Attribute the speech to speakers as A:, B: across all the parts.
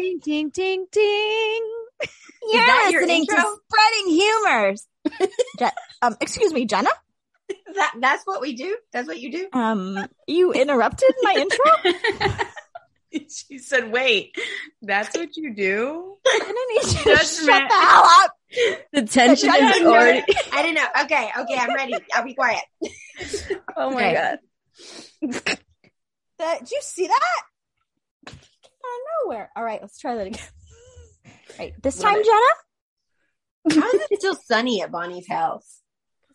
A: Ding, ding, ding, ding.
B: Is that
C: You're
B: your
C: listening
B: intro?
C: to Spreading Humors. Je- um, excuse me, Jenna.
B: That, that's what we do. That's what you do.
C: Um, you interrupted my intro.
B: she said, "Wait, that's what you do."
C: I need you to
B: Judgment.
C: shut the hell up.
A: The tension
C: I
A: is
C: didn't know
A: already.
B: I didn't know. Okay, okay, I'm ready. I'll be quiet.
A: Oh my
C: Okay.
A: god!
C: That- did you see that? Came Out of nowhere. All right, let's try that again. Right, this
B: Love
C: time,
B: it.
C: Jenna,
B: How is it still sunny at Bonnie's house?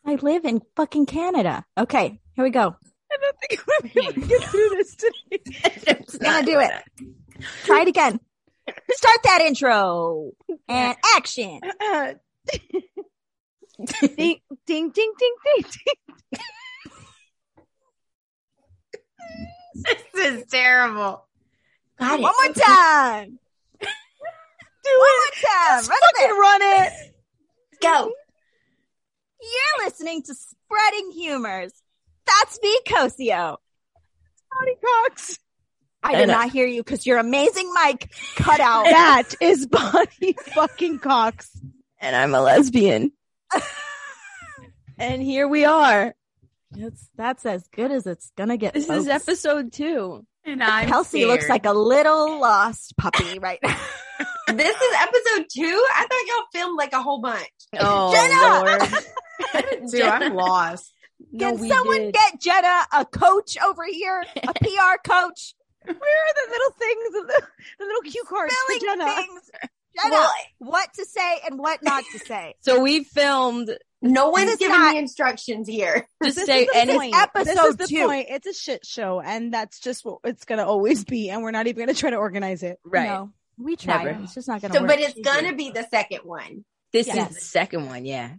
C: I live in fucking Canada. Okay, here we go.
A: I don't think I'm gonna be able to get through this today.
B: It's
C: Gonna do it. Try it again. Start that intro and action.
A: Uh, ding, ding, ding, ding, ding, ding.
B: This is terrible.
C: One
B: God,
C: more
B: it's-
C: time.
A: Do
C: One
A: it.
C: more time.
A: Just
C: Run it
A: fucking run it.
B: Go.
C: You're listening to Spreading Humors. That's me, Cosio.
A: Bonnie Cox.
C: I did
B: Anna.
C: not hear you because your amazing mic cut out.
A: That is Bonnie fucking Cox. And I'm a lesbian. and here we are.
C: It's, that's as good as it's gonna get.
A: This is
C: folks.
A: episode two.
B: And I'm
C: Kelsey looks
B: scared.
C: like a little lost puppy right now.
B: this is episode two. I thought y'all filmed like a whole bunch.
A: Oh,
C: Jenna!
A: Lord.
B: Dude, I'm lost.
A: No,
C: Can
A: we
C: someone
A: did.
C: get Jenna a coach over here? A PR coach?
A: Where are the little things, the little, the little cue cards for
C: Filling
A: Jenna?
C: things. Jenna,
B: Well-
C: what to say and what not to say.
D: So we filmed
B: No
C: This
B: one's
C: is
B: giving
C: not-
B: me instructions here.
D: just
A: This
D: say
A: is the
D: any
A: point. this is
C: episode
A: the
C: two.
A: point. It's a shit show, and that's just what it's gonna always be. And we're not even gonna try to organize it.
D: right.
C: No, we tried.
D: Never.
C: It's just not gonna
B: So,
C: work.
B: but it's gonna be the second one.
D: This
C: Yes.
D: is the second one, yeah.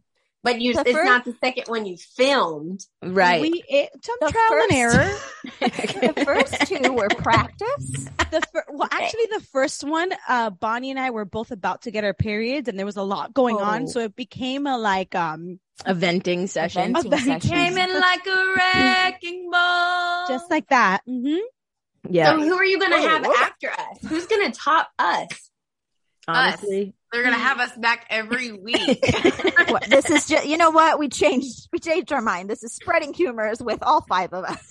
B: But you,
C: The
B: it's
C: fir-
B: not the second one you filmed.
D: Right.
A: We it, some
C: The
A: trial
C: first-
A: and error.
C: the first two were practice.
A: The fir- well, actually, the first one, uh, Bonnie and I were both about to get our periods, and there was a lot going on,
C: Oh.
A: so it became a like um
D: a venting session.
C: Venting
A: Oh, that
C: session.
B: Came in like a wrecking ball.
A: just like that. hmm
B: So
D: Yeah.
B: who are you going to
C: Oh,
B: have
C: okay.
B: after us? Who's going to top us?
D: Honestly.
B: They're going to have us back every week.
C: What- this is just you know what we changed we changed our mind this is spreading humors with all five of us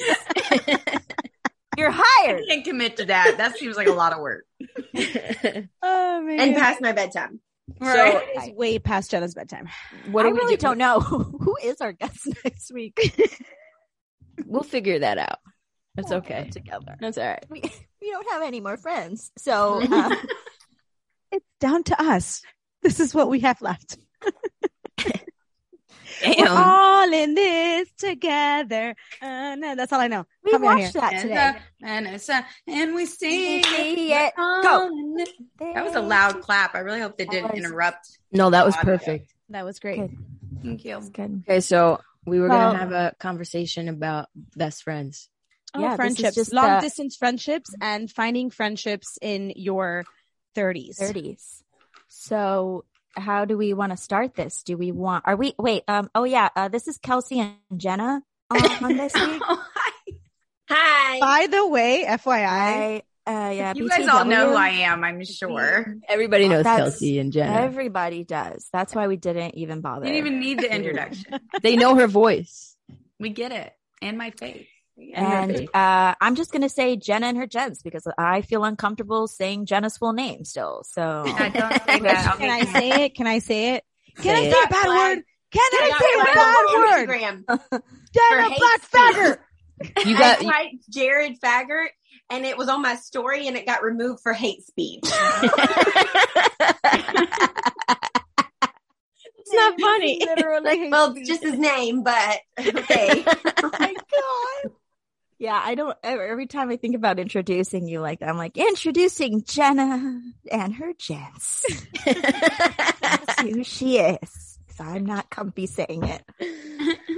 C: you're hired
B: can't commit to that. That seems like a lot of work.
A: Oh man,
B: And past my bedtime.
D: Right.
A: It's way past Jenna's bedtime.
D: What
C: i
D: do we
C: really
D: do?
C: don't know who is our guest next week
D: We'll figure that out. That's
C: We'll get
D: okay.
C: it together
D: That's all right.
C: we, we don't have any more friends so uh,
A: It's down to us. This is what we have left. We're
D: Damn.
A: all in this together. Uh, no, that's all I know.
C: we
A: Help me out
C: watched that
B: And,
C: today
B: uh, and, it's, uh, and we sing.
C: See it.
B: Go. That was a loud clap. I really hope they didn't
C: was-
B: interrupt.
D: No, that was
B: Audio.
D: perfect.
A: That was great.
C: Good.
B: Thank you.
C: good
D: Okay, so we were gonna
C: Well-
D: have a conversation about best friends.
A: Oh,
C: Yeah, this is
A: friendships,
C: just
A: long
C: the-
A: distance friendships, and finding friendships in your 30s.
C: 30s so how do we want to start this do we want are we wait um oh yeah uh, this is kelsey and jenna on, on this week
B: Hi.
A: By the way, FYI,
C: I, uh, yeah,
B: You guys all know who
C: BTW.
B: I am, I'm sure.
D: Everybody knows
C: That's-
D: Kelsey and Jenna.
C: Everybody does. That's why we didn't even bother.
B: Didn't even need the introduction.
D: they know her voice.
B: We get it. And my face.
C: and uh, I'm just gonna say Jenna and her gents because I feel uncomfortable saying Jenna's full name still. So
B: I don't say that. I'll
A: can I
B: make-
A: say it? Can I say it? Can
D: Say
A: I
D: it.
A: say a bad
B: Black.
A: word? Can
B: Get
A: I say a
B: it
A: bad
B: on
A: word?
B: Instagram.
A: Jenna
B: For
A: Black
B: hate
A: Fagger.
D: You
B: I
D: got
B: typed Jared Faggart and it was on my story and it got removed for hate speech.
D: it's not funny.
A: Literally.
B: well, it's just his name, but okay.
C: yeah, I don't. e, Every time I think about introducing you like that, I'm like introducing Jenna and her gents. That's who she is. So I'm not comfy saying it.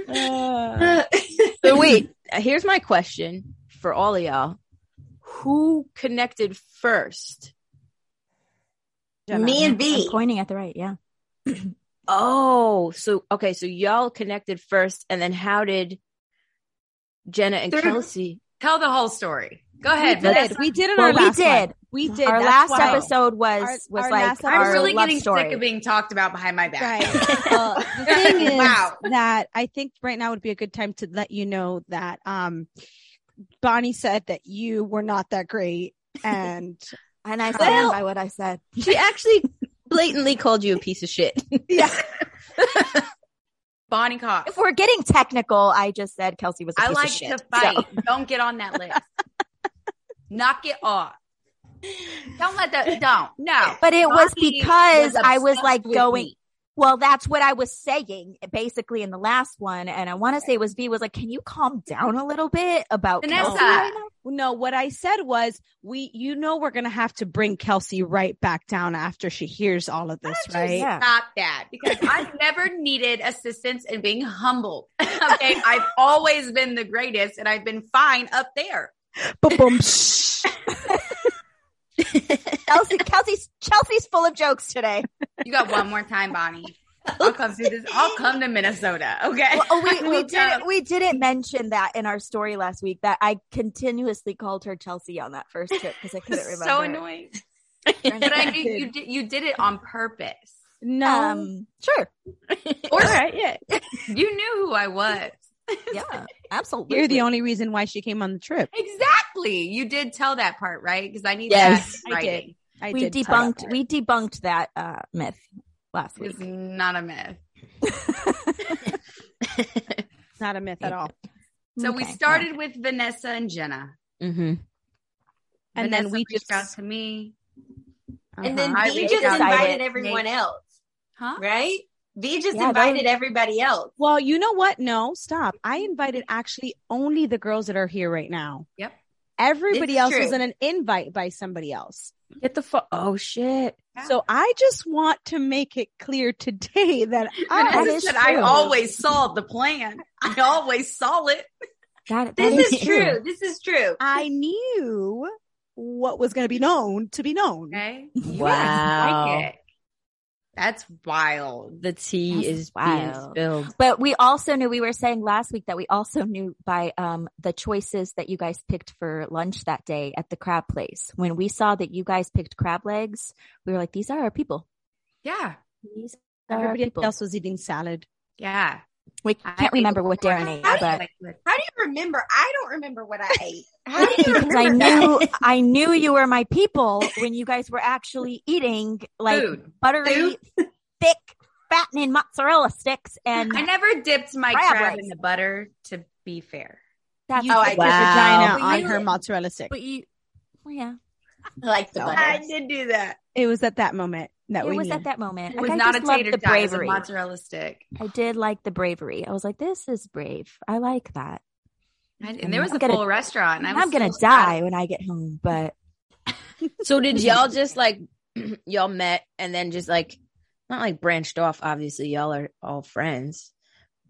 A: Uh,
D: So wait, uh, here's my question for all of y'all. Who connected first?
A: Jenna.
B: Me and
C: I'm
B: V.
C: pointing at the right. Yeah.
D: Oh, so okay, so y'all connected first and then how did Jenna and
B: Through-
D: Kelsey
B: Tell the whole story. Go
A: We
B: ahead.
A: did.
B: Vanessa.
A: We did in
C: Well,
A: our
C: we
A: last
C: did.
A: one. We did.
C: our
A: That's
C: last
A: why-
C: episode was
A: Our-
C: was
A: our
C: like
A: last
C: our
A: episode-
B: I'm really
C: love
B: getting
C: story.
B: sick of being talked about behind my back.
A: Right. Well, the thing is
B: Wow.
A: that I think right now would be a good time to let you know that um, Bonnie said that you were not that great, and
C: and I
D: Well-
C: stand by what I said.
D: She actually blatantly called you a piece of shit.
A: yeah,
E: Bonnie Cox.
C: If we're getting technical, I just said Kelsey was a
E: I
C: piece
E: like
C: of shit.
E: to fight. Don't get on that list. Knock it off. Don't let that. Don't. No.
C: But it was
E: Bonnie
C: because I was
E: obsessed
C: like
E: with
C: going.
E: me.
C: Well, that's what I was saying basically in the last one, and I want to say it was B was like, "Can you calm down a little bit about
E: Vanessa.
C: Kelsey right now?"
A: no. What I said was, we, you know, we're gonna have to bring Kelsey right back down after she hears all of this, right?
C: Yeah.
E: Stop that because I've never needed assistance in being humble. okay. I've always been the greatest and I've been fine up there.
A: Ba-boom.
C: Kelsey, Kelsey's Chelsea's full of jokes today.
E: You got one more time, Bonnie. I'll come through this. I'll come to Minnesota. Okay.
C: Well, oh, we,
E: I
C: we
E: will
C: did
E: come.
C: we didn't mention that in our story last week that I continuously called her Chelsea on that first trip because I couldn't
E: It's
C: remember.
E: so annoying. But I knew you did, you did it on purpose.
A: No,
C: Um, sure.
E: Or
D: right, yeah.
E: you knew who I was.
C: Yeah, absolutely.
A: you're the only reason why she came on the trip.
E: Exactly. You did tell that part, right? Because I need
D: Yes.
E: that.
A: I did.
E: writing.
A: I
C: we
A: did tell
C: debunked
A: her.
C: we debunked that uh, myth last week.
E: It's not a myth.
A: It's not a myth at all.
E: So we
C: Okay.
E: started with Vanessa and Jenna.
D: Mm-hmm.
A: And
E: Vanessa
A: then we
E: reached
A: just
E: out to me.
B: And then
E: Uh-huh. I
B: V
E: reached
B: just
C: out.
B: invited
C: Nate-
B: everyone else,
E: Huh?
B: right? V just
C: Yeah,
B: invited everybody else.
A: Well, you know what? No, stop. I invited actually only the girls that are here right now.
E: Yep.
A: Everybody
B: It's
A: else
B: true.
A: was in an invite by somebody else.
D: Get the fuck. Oh shit.
E: Yeah.
A: So I just want to make it clear today that I,
C: that
E: Vanessa
C: is
E: said, I
C: true.
E: always saw the plan. I always saw it.
C: That, that
B: This is true. This is true.
A: I knew what was going to be known to be known.
E: Okay. You
D: Wow.
E: guys like it. That's wild.
D: The tea
C: That's
D: is
C: wild.
D: being spilled.
C: But we also knew we were saying last week that we also knew by um the choices that you guys picked for lunch that day at the crab place. When we saw that you guys picked crab legs, we were like, "These are our people.
E: Yeah.
C: These are our
A: Everybody
C: people."
A: else was eating salad.
E: Yeah.
C: we
E: I
C: can't remember what
E: think-
C: Darren ate,
E: I
C: but
E: like-
B: How do you remember? I don't remember what I ate. How do you
C: because
B: remember?
C: I
B: that?
C: knew I knew you were my people when you guys were actually eating like
E: Food.
C: buttery,
B: Food.
C: thick, fattening mozzarella sticks, and
E: I never dipped my
C: Crab
E: crab
C: legs.
E: in the butter to be fair.
C: that's
A: You
B: Oh,
A: put
B: I
A: your
B: did.
A: vagina
C: Wow.
A: on her mozzarella stick.
C: but you, well, yeah,
B: like the
A: No.
B: butter.
E: I did do that.
A: It was at that moment that
C: it
A: we
C: was
A: knew.
C: at that moment.
E: It
C: Like,
E: was
C: I
E: not a
C: just loved
E: tater
C: the
E: tot. It was a
C: bravery.
E: mozzarella stick.
C: I did like the bravery. I was like, this is brave. I like that.
E: I, and
C: And
E: there was
C: I'm
E: a
C: gonna-
E: full restaurant. And I
C: And
E: was
C: I'm gonna
E: so sad.
C: die when I get home, but
D: So did y'all just like y'all met and then just like not like branched off? Obviously, y'all are all friends,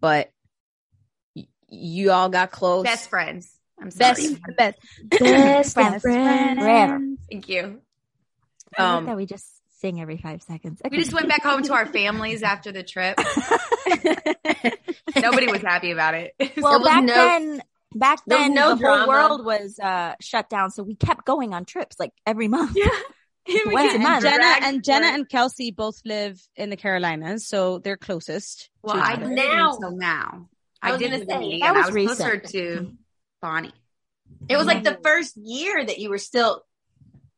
D: but y- you all got close.
E: Best friends. I'm sorry.
D: Best, best, best
C: friends forever.
E: Thank you.
C: I like
D: Um,
C: that we just sing every five seconds.
E: We just went back home to our families after the trip. Nobody was happy about it.
C: Well,
B: There was
C: back
B: no-
C: then, back
B: there was
C: then,
B: no
C: the whole
B: drama.
C: world was uh, shut down, so we kept going on trips like every month.
E: yeah.
C: Once a month.
A: Jenna and Jenna and Kelsey both live in the Carolinas, so they're closest.
E: well,
A: to
E: I
A: each other.
E: didn't
B: Now-
E: until now.
B: I
E: I,
B: was
E: didn't
B: gonna say,
E: say
C: that
E: I
C: was
E: was
C: recent.
E: closer to Bonnie.
B: It was like the first year that you were still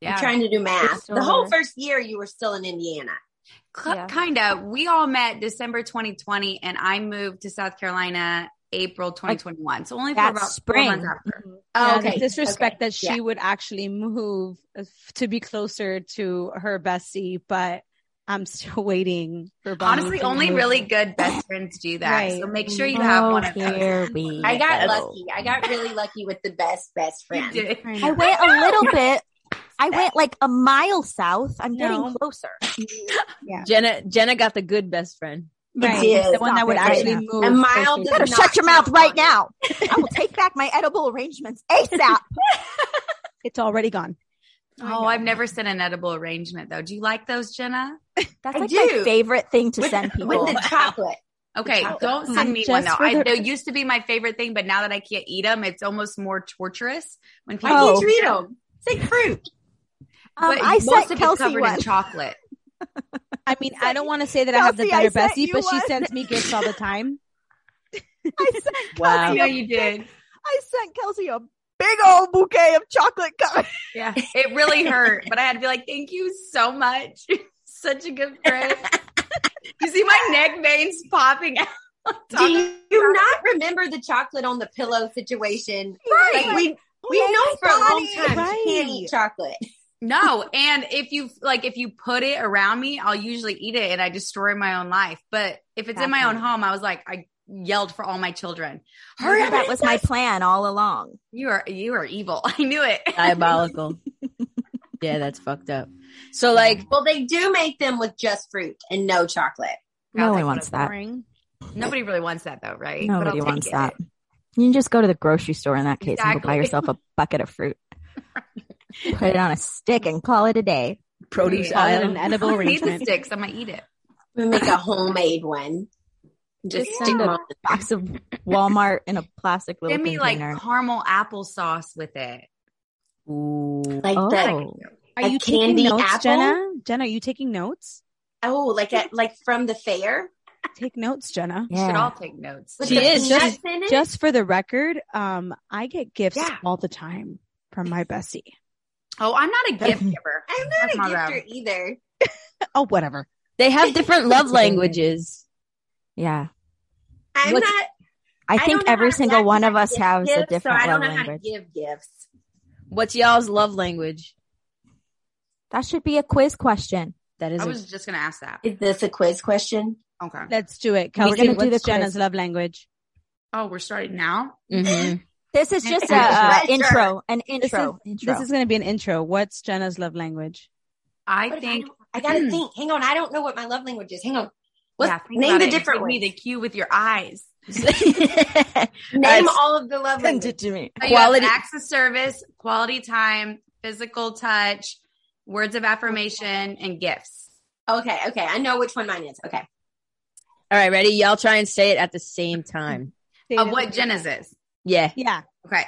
E: Yeah,
B: trying to do math.
C: Still
B: The whole
C: there.
B: first year you were still in Indiana.
E: K-
C: Yeah.
E: kinda. We all met December 2020, and I moved to South Carolina April 2021. So only for
C: that
E: about four
C: spring. Mm-hmm,
E: months after.
A: Yeah,
B: Oh,
A: the disrespect that she
B: Yeah.
A: would actually move uh, f- to be closer to her bestie, but I'm still waiting for Bonnie.
E: Honestly,
A: to
E: only
A: move.
E: really good best friends do that.
A: Right.
E: So make sure you have
C: Oh,
E: one of those.
C: here we
B: I got
C: go.
B: lucky. I got really lucky with the best best
E: You
B: friend.
E: did.
C: I went a little bit. I went like a mile south. I'm
A: No.
C: getting closer.
D: Jenna, Jenna got the good best friend.
A: Right,
B: It
A: the
B: is.
A: one that would
C: Stop it right
A: actually
C: now.
A: move.
B: A mile
A: closer
B: does
A: to
C: You better
B: not
C: shut your mouth
B: count,
C: right
B: Bonnie.
C: now. I will take back my edible arrangements ASAP.
A: It's already gone.
E: Oh, I've never sent an edible arrangement though. Do you like those, Jenna?
C: That's
B: I
C: like my
B: do.
C: favorite thing to
B: With-
C: send people.
B: With the chocolate.
E: Okay,
B: Yeah.
E: don't send
A: Um,
E: me one though.
A: just for
E: I,
A: the-
E: they used to be my favorite thing, but now that I can't eat them, it's almost more torturous when people.
B: Why do
C: Oh.
B: you treat them? It's like fruit.
C: Um,
E: but
C: I
E: most
C: sent
E: of it's
C: Kelsey
E: covered
C: one.
E: in chocolate.
A: I mean, I don't want to say that I have the
C: Kelsey, I
A: better
C: sent
A: Bessie,
C: you
A: but she
C: one.
A: sends me gifts all the time.
C: I sent
D: Wow.
E: I
C: Kelsey.
E: know
C: A,
E: you did.
C: I sent Kelsey a big old bouquet of chocolate covers.
E: Yeah, it really hurt, but I had to be like, "Thank you so much. Such a good friend." you see my neck veins popping out.
B: Do you not remember the chocolate on the pillow situation? Like we we
C: Like,
B: know for a long
C: Bonnie,
B: time
A: right.
B: you can't eat chocolate.
E: No, and if you like, if you put it around me, I'll usually eat it and I destroy my own life. But if it's in my own home, I was like, I yelled for all my children. Hurry up!
C: That was my plan all along.
E: You are you are evil. I knew it.
D: Diabolical. yeah, that's fucked up. So like,
B: Well, they do make them with just fruit and no chocolate.
E: God,
C: No
E: that
C: one wants
E: could've-
C: that.
A: Boring.
E: Nobody really wants that though, right? But
C: Nobody
E: I'll
C: wants
E: take it.
C: that. You can just go to the grocery store in that case and go buy
E: Exactly.
C: yourself a bucket of fruit. Put it on a stick and call it a day.
D: produce
E: Yeah.
A: Call it
D: aisle.
A: an edible
E: I don't need the
A: arrangement.
E: sticks. I'm gonna eat it.
B: We make a homemade one. Just
C: Just
B: stick
C: send
B: them
C: a
B: on.
C: box of Walmart in a plastic little
E: Give me like
C: container.
E: caramel applesauce with it.
D: Ooh.
B: Like the
C: oh,
A: Are
B: A
A: you taking
B: candy
A: notes,
B: apple?
A: Jenna? Jenna, are you taking notes?
B: oh, like at like from the fair
A: Take notes, Jenna.
E: You should
C: yeah.
E: all take notes.
B: with
D: She
B: the
D: is,
B: peanuts
D: just-
B: in it.
A: Just for the record, um, I get gifts
E: Yeah.
A: all the time from my Bessie.
E: Oh, I'm not a gift giver.
B: I'm
E: That's my
B: not a
E: route.
B: gifter either.
A: Oh, whatever.
D: They have different love languages.
C: Yeah.
B: I'm
D: What's-
B: not.
C: I think
B: don't know
C: every
B: how to
C: single
B: act
C: one
B: when
C: of
B: I
C: us
B: give
C: has a
B: gifts,
C: different
B: so
C: love
B: I don't know
C: language.
B: How to give gifts.
D: What's y'all's love language?
C: That should be a quiz question.
D: That is
E: I
D: a-
E: was just gonna ask that.
B: Is this a quiz question?
E: Okay.
A: Let's do it.
C: We're
A: Kelsey,
C: gonna do
A: what's
C: the quiz.
A: Jenna's love language?
E: Oh, we're starting now.
D: Mhm.
C: This is just a, uh
B: Pressure.
C: intro, an intro. intro.
A: This is going to be an intro. What's Jenna's love language?
E: I
B: What if
E: think. hmm.
B: don't- I gotta think. Hang on, I don't know what my love language is. Hang on. What
E: yeah, think
B: name
E: about
B: the
E: it.
B: different
E: Give me
B: ones.
E: the cue with your eyes.
B: Name
D: Alright.
B: all of the love
C: Send
B: languages.
C: it to me.
E: So you have
D: Quality-
E: acts of service, quality time, physical touch, words of affirmation, and gifts.
B: Okay, okay, I know which one mine is. Okay,
D: All right, ready? Y'all try and say it at the same time.
E: Of Uh, what Jenna's is.
D: Yeah.
A: Yeah.
E: Okay.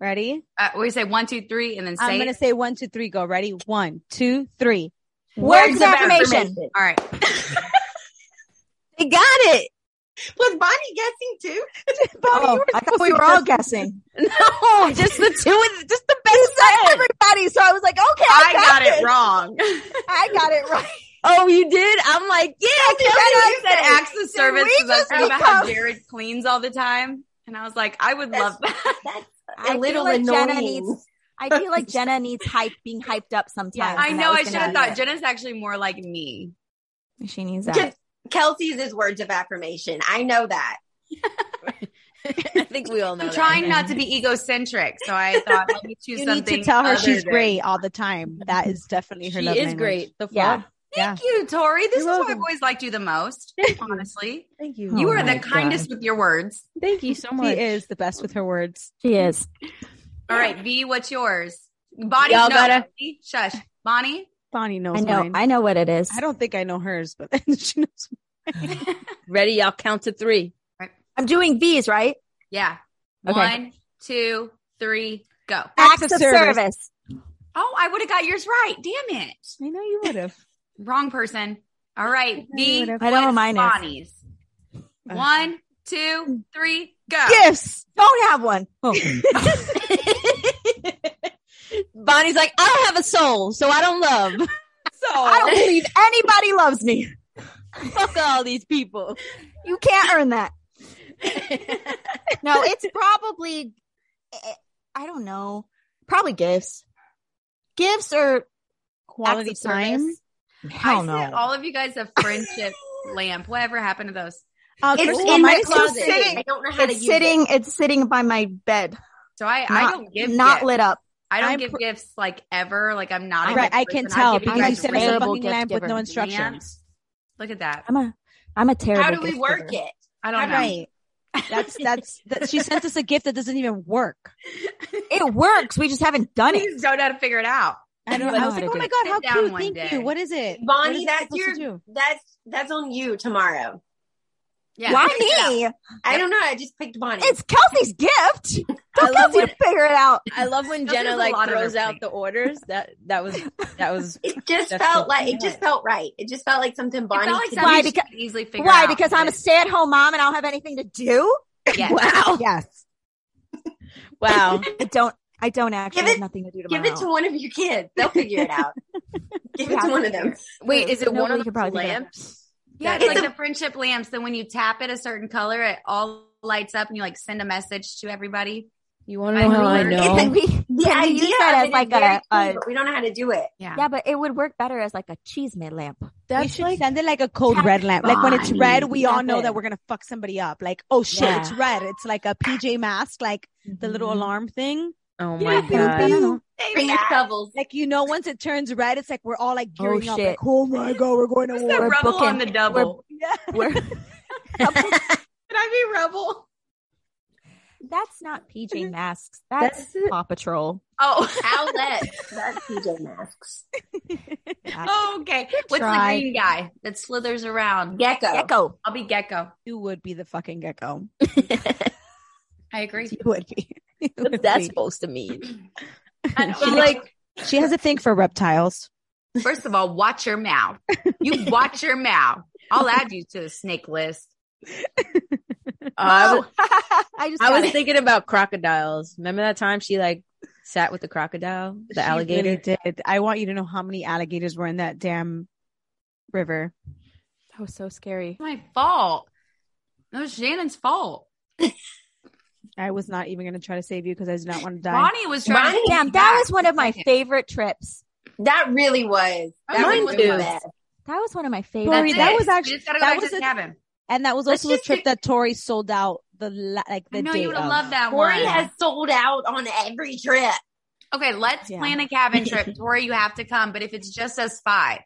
A: Ready?
E: Uh, we say one, two, three, and then say.
A: I'm going to
E: it.
A: say one, two, three. Go. Ready? One, two, three.
C: Words of affirmation.
E: All right.
C: They got it.
B: Was Bonnie guessing too?
C: Oh, I thought we were all guessing.
D: No, just the two of just the
C: You said everybody, so I was like, okay, I,
E: I got
C: this.
E: it wrong.
C: I got it right.
D: Oh, you did? I'm like, yeah,
C: Kelsey,
E: I
C: you
E: said
C: said-
E: acts of service
C: we
E: because I was
C: just
E: talking about how
C: become-
E: Jared cleans all the time. And I was like, I would love that.
B: That's
C: I
B: a
C: feel
B: little
C: like
B: annoying.
C: Jenna needs- I feel like Jenna needs hype, being hyped up sometimes.
A: Yeah,
E: I
C: and
E: know
C: that
E: I
C: was
E: should
C: gonna
E: have
C: be
E: thought Jenna's actually more like me.
C: it. She needs
B: Just-
C: that.
B: Kelsey's is words of affirmation. I know that.
D: I think we all know.
E: I'm
D: that.
E: trying not to be egocentric, so I thought let me choose
A: You need
E: something.
A: to tell her
E: other
A: she's
E: than-
A: great all the time. That is definitely her
D: She
A: love
D: is
A: language.
D: great. The fuck?
C: Yeah.
A: Yeah.
E: Thank you, Tori. This
A: You're
E: is why
A: welcome.
E: I've always liked you the most. Honestly,
D: Thank you.
C: Oh
E: you are
C: my
E: the kindest with your words.
D: Thank you so much.
A: She is the best with her words.
C: She is.
E: All right, V, what's yours? Bonnie,
D: Y'all
E: no,
D: gotta-
E: Bonnie, shush, Bonnie.
A: Bonnie knows
C: I know.
A: mine. I,
C: I know what it is.
A: don't think I know hers, but she knows.
D: Ready? Y'all count to three.
C: I'm doing V's, right?
E: Yeah,
C: Okay.
E: one, two, three, go.
A: Acts of service.
E: Oh, I would have got yours right. Damn it,
A: I know you would have.
E: wrong person. All right,
A: I
E: V,
A: would've-
C: I don't know mine
E: what's
C: is.
E: Bonnie's.
A: Ugh.
E: One, two, three, go.
A: Gifts.
C: Don't have one. Oh.
D: Bonnie's like, I don't have a soul, so I don't love.
C: I don't believe anybody loves me.
D: Fuck all these people.
C: You can't earn that. No, it's probably, eh, I don't know, probably gifts. Gifts or
A: Quality
C: acts of
A: time.
C: service.
E: I
C: Hell
E: said
C: Oh, no.
E: all of you guys have friendship lamp. Whatever happened to those?
A: Uh,
B: It's
A: Crystal, mine
B: in my
A: is just
B: closet.
A: sitting-
B: I don't know how to
C: It's
B: use it.
C: sitting. It's sitting by my bed.
E: So I, I
C: Not-
E: don't give
C: not
E: gifts.
C: lit up.
E: I don't
A: I'm
E: give
A: pr-
E: gifts like ever. Like I'm not. a
A: Right,
E: gift
A: I can
E: person.
A: tell
E: give you
A: because
E: guys
A: you sent us a
E: random
C: terrible
A: fucking
C: gift
A: lamp with
C: giver.
A: no
C: Lamp.
A: instructions.
E: Look at that.
C: I'm a. I'm a terrible.
B: How do we
C: gift
B: work
C: giver.
B: it?
E: I don't know.
A: Right. That's that's that, she sent us a gift that doesn't even work.
C: It works. We just haven't done
E: Please
C: it.
E: don't know how to figure it out.
A: I don't
C: don't
A: know. I
C: know
A: was
C: how
A: like,
C: to
A: oh
C: do
A: my
C: it.
A: god,
E: Sit
A: how
E: down
A: cute!
E: one
A: Thank
E: day.
A: you. What is it,
B: Bonnie,
A: What is it
B: that's
A: supposed
B: your-
A: to do?
B: That's that's on you tomorrow.
E: Yeah.
C: Why
E: figure it out.
C: me?
B: I don't know. I just picked Bonnie.
C: It's Kelsey's gift.
D: I love
C: you
D: when
C: to figure it out.
D: I love when
E: Those
D: Jenna
E: is a
D: like
E: lot of
D: throws out
E: everything.
D: the orders. That that was that was
B: It just
D: That's
B: felt
D: what-
B: like it just felt right. It just felt like something
E: It
B: Bonnie
E: felt like
B: could
E: something
C: Why?
E: she
C: Because-
E: could easily figure
C: Why?
E: out.
C: Because I'm a stay-at-home mom and I don't have anything to do.
E: Yes.
D: wow
A: Yes.
D: wow.
C: I don't. I don't actually
B: Give it-
C: have nothing to do
B: give
C: tomorrow.
B: it to one of your kids. They'll figure it out. give it to one of them.
D: Wait, is it
C: Nobody
D: one of
C: could
D: the
C: probably think of it.
D: lamps?
E: Yeah, it's
B: It's
E: like
B: a-
E: the friendship lamps. Then when you tap it a certain color, it all lights up and you like send a message to everybody.
D: You want
E: I
D: to know how Oh, I
E: remember.
D: know?
C: Can we-
B: The
C: can we
B: idea
C: use that
B: of
C: as
B: it is
C: like
B: very
C: a,
B: cool,
C: a
B: but we don't know how to do it.
E: Yeah.
C: yeah, but it would work better as like a cheese made lamp.
A: we
D: That's
A: should
D: like
A: send it like a cold red lamp. Like when it's
D: Bonnie,
A: red, we all know
D: Kevin.
A: that we're gonna fuck somebody up. Like, oh shit,
C: Yeah. Mm-hmm.
A: it's red. It's like a PJ mask, like the little alarm thing.
D: oh
A: Yeah,
D: my god.
A: pew,
B: Bring your shovels.
A: Like you know, once it turns red, it's like we're all like
C: Oh,
A: gearing up.
C: shit.
A: Like, oh my god, we're going to
E: Is that
A: war.
C: We're
E: rubble
C: booking-
E: on the double?
A: Yeah.
C: We're-
E: Can I be rebel?
C: that's not PJ Masks. That's,
D: That's it.
C: Paw Patrol.
E: Oh,
B: Outlet. That's PJ Masks.
E: oh okay. What's
C: Try.
E: the green guy that slithers around?
B: Gecko.
C: Gecko.
E: I'll be gecko.
A: You would be the fucking gecko.
E: I agree.
A: You would be. You
D: What's
A: would
D: that
A: be.
D: supposed to mean?
E: I know.
D: But like
A: She has a thing for reptiles.
E: First of all, watch your mouth. You watch your mouth. I'll add you to the snake list.
D: I was,
C: I just.
D: I
C: got
D: was
C: it.
D: thinking about crocodiles. Remember that time she like sat with the crocodile, the
A: She
D: alligator?
A: really did. I want you to know how many alligators were in that damn river.
C: That was so scary.
E: It's my fault. It was Shannon's fault.
A: I was not even going to try to save you because I did not want to die.
E: Bonnie was trying
B: Bonnie-
E: to
C: Damn, that was one of my favorite trips.
B: That really was. That
E: Mine
B: was
D: too.
B: really bad.
C: That was one of my favorite.
A: Tori,
E: That's
A: that
E: it.
A: was actually-
E: We just gotta
A: that
E: go
A: was
E: back to
A: a-
E: the cabin.
A: and that was
B: Let's
A: also the
B: just
A: trip
B: do-
A: that Tori sold out the la- like
E: I
A: the
E: know
A: day
E: you would have
A: of.
E: loved that
B: Tori
E: one.
B: has sold out on every trip.
E: Okay, let's
C: Yeah.
E: plan a cabin trip. Tori, you have to come, but if it's just us five,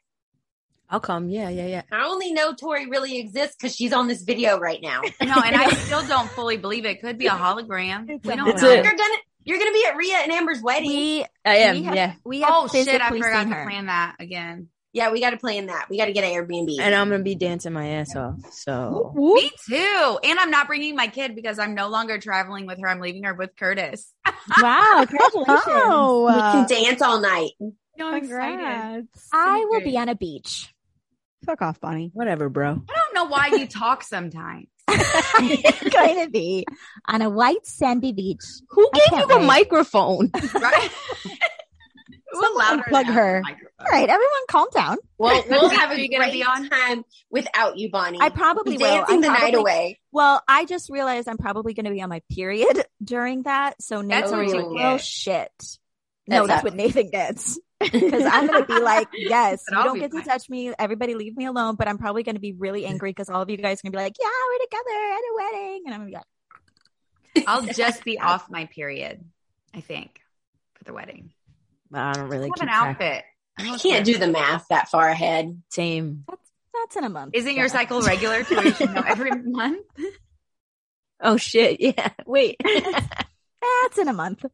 D: I'll come. Yeah, yeah, yeah.
B: I only know Tori really exists because she's on this video right now.
E: no, and I still don't fully believe it. Could be a hologram.
A: It's
E: we
A: a-
E: don't
D: It's
E: know.
B: You're
D: a-
B: gonna you're gonna be at Rhea and Amber's wedding.
C: We,
D: I am.
C: we have,
D: yeah.
C: we have
E: Oh shit! I
C: physically
E: forgot
C: seen
E: to
C: her.
E: plan that again.
B: yeah, we got to plan that. We got to get an Airbnb.
D: And I'm going to be dancing my ass off. So
A: Whoop.
E: Me too. And I'm not bringing my kid because I'm no longer traveling with her. I'm leaving her with Curtis.
C: Wow, congratulations.
A: Oh,
B: we can
A: uh,
B: dance all night.
E: No, I'm excited.
A: congrats.
C: I will
E: great.
C: be on a beach.
A: Fuck off, Bonnie.
D: whatever, bro.
E: I don't know why you talk sometimes.
C: going to be on a white sandy beach.
D: Who
C: I
D: gave you
C: can't
D: a
C: wait.
D: microphone?
E: Right? Who allowed
A: unplug
E: that
A: her.
E: microphone?
C: All right, everyone, calm down.
B: Well, we'll have
E: Are
B: a
E: you gonna
B: great
E: be on?
B: time without you, Bonnie.
C: I probably will.
B: dancing
C: I
B: the night
C: probably-
B: away.
C: Well, I just realized I'm probably going to be on my period during that, so Nate's
E: That's
C: going
B: what
C: to
B: you
C: like,
E: get.
C: "Oh shit!" no,
B: That's
C: that's
B: up.
C: what Nathan gets because I'm going to be like, "Yes,
E: But
C: you
E: I'll
C: don't
E: be
C: get to
E: fine. Mm-hmm.
C: touch me. Everybody, leave me alone." But I'm probably going to be really angry because all of you guys are going to be like, "Yeah, we're together at a wedding," and I'm going to be like,
E: I'll just be off my period, I think, for the wedding.
D: But I don't really
E: Have
D: keep
E: an
D: track.
E: outfit.
B: I can't do the math that far ahead.
D: Same.
C: "That's that's in a month."
E: Isn't your
C: Yeah.
E: cycle regular to where you should know every month?
D: Oh shit. Yeah. Wait.
C: That's in a month.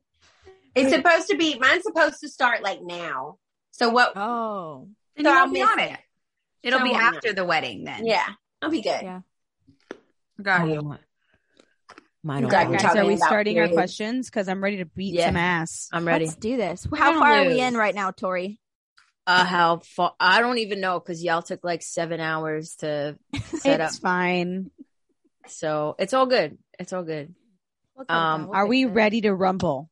B: It's supposed to be mine's supposed to start like now. So what?
C: Oh,
E: Then
B: So
E: you
B: I'll
E: won't be
B: miss
E: on it. It'll
B: So
E: be
B: why not?
E: after the wedding then.
B: Yeah, I'll be good.
C: Yeah.
E: Got you.
D: Mine
B: I'm
D: don't
B: glad we're
D: work.
A: Guys, are
B: talking
A: we
B: about
A: starting our
B: periods.
A: questions? Because I'm ready to beat
D: Yeah.
A: some ass.
D: I'm ready.
C: Let's do this.
E: We're
C: How
E: gonna
C: far are
E: lose.
C: we in right now, Tori?
D: Uh, how far? I don't even know because y'all took like seven hours to set up.
A: It's fine.
D: So it's all good. It's all good.
C: We'll
D: come Um, down.
A: Are we ready to rumble?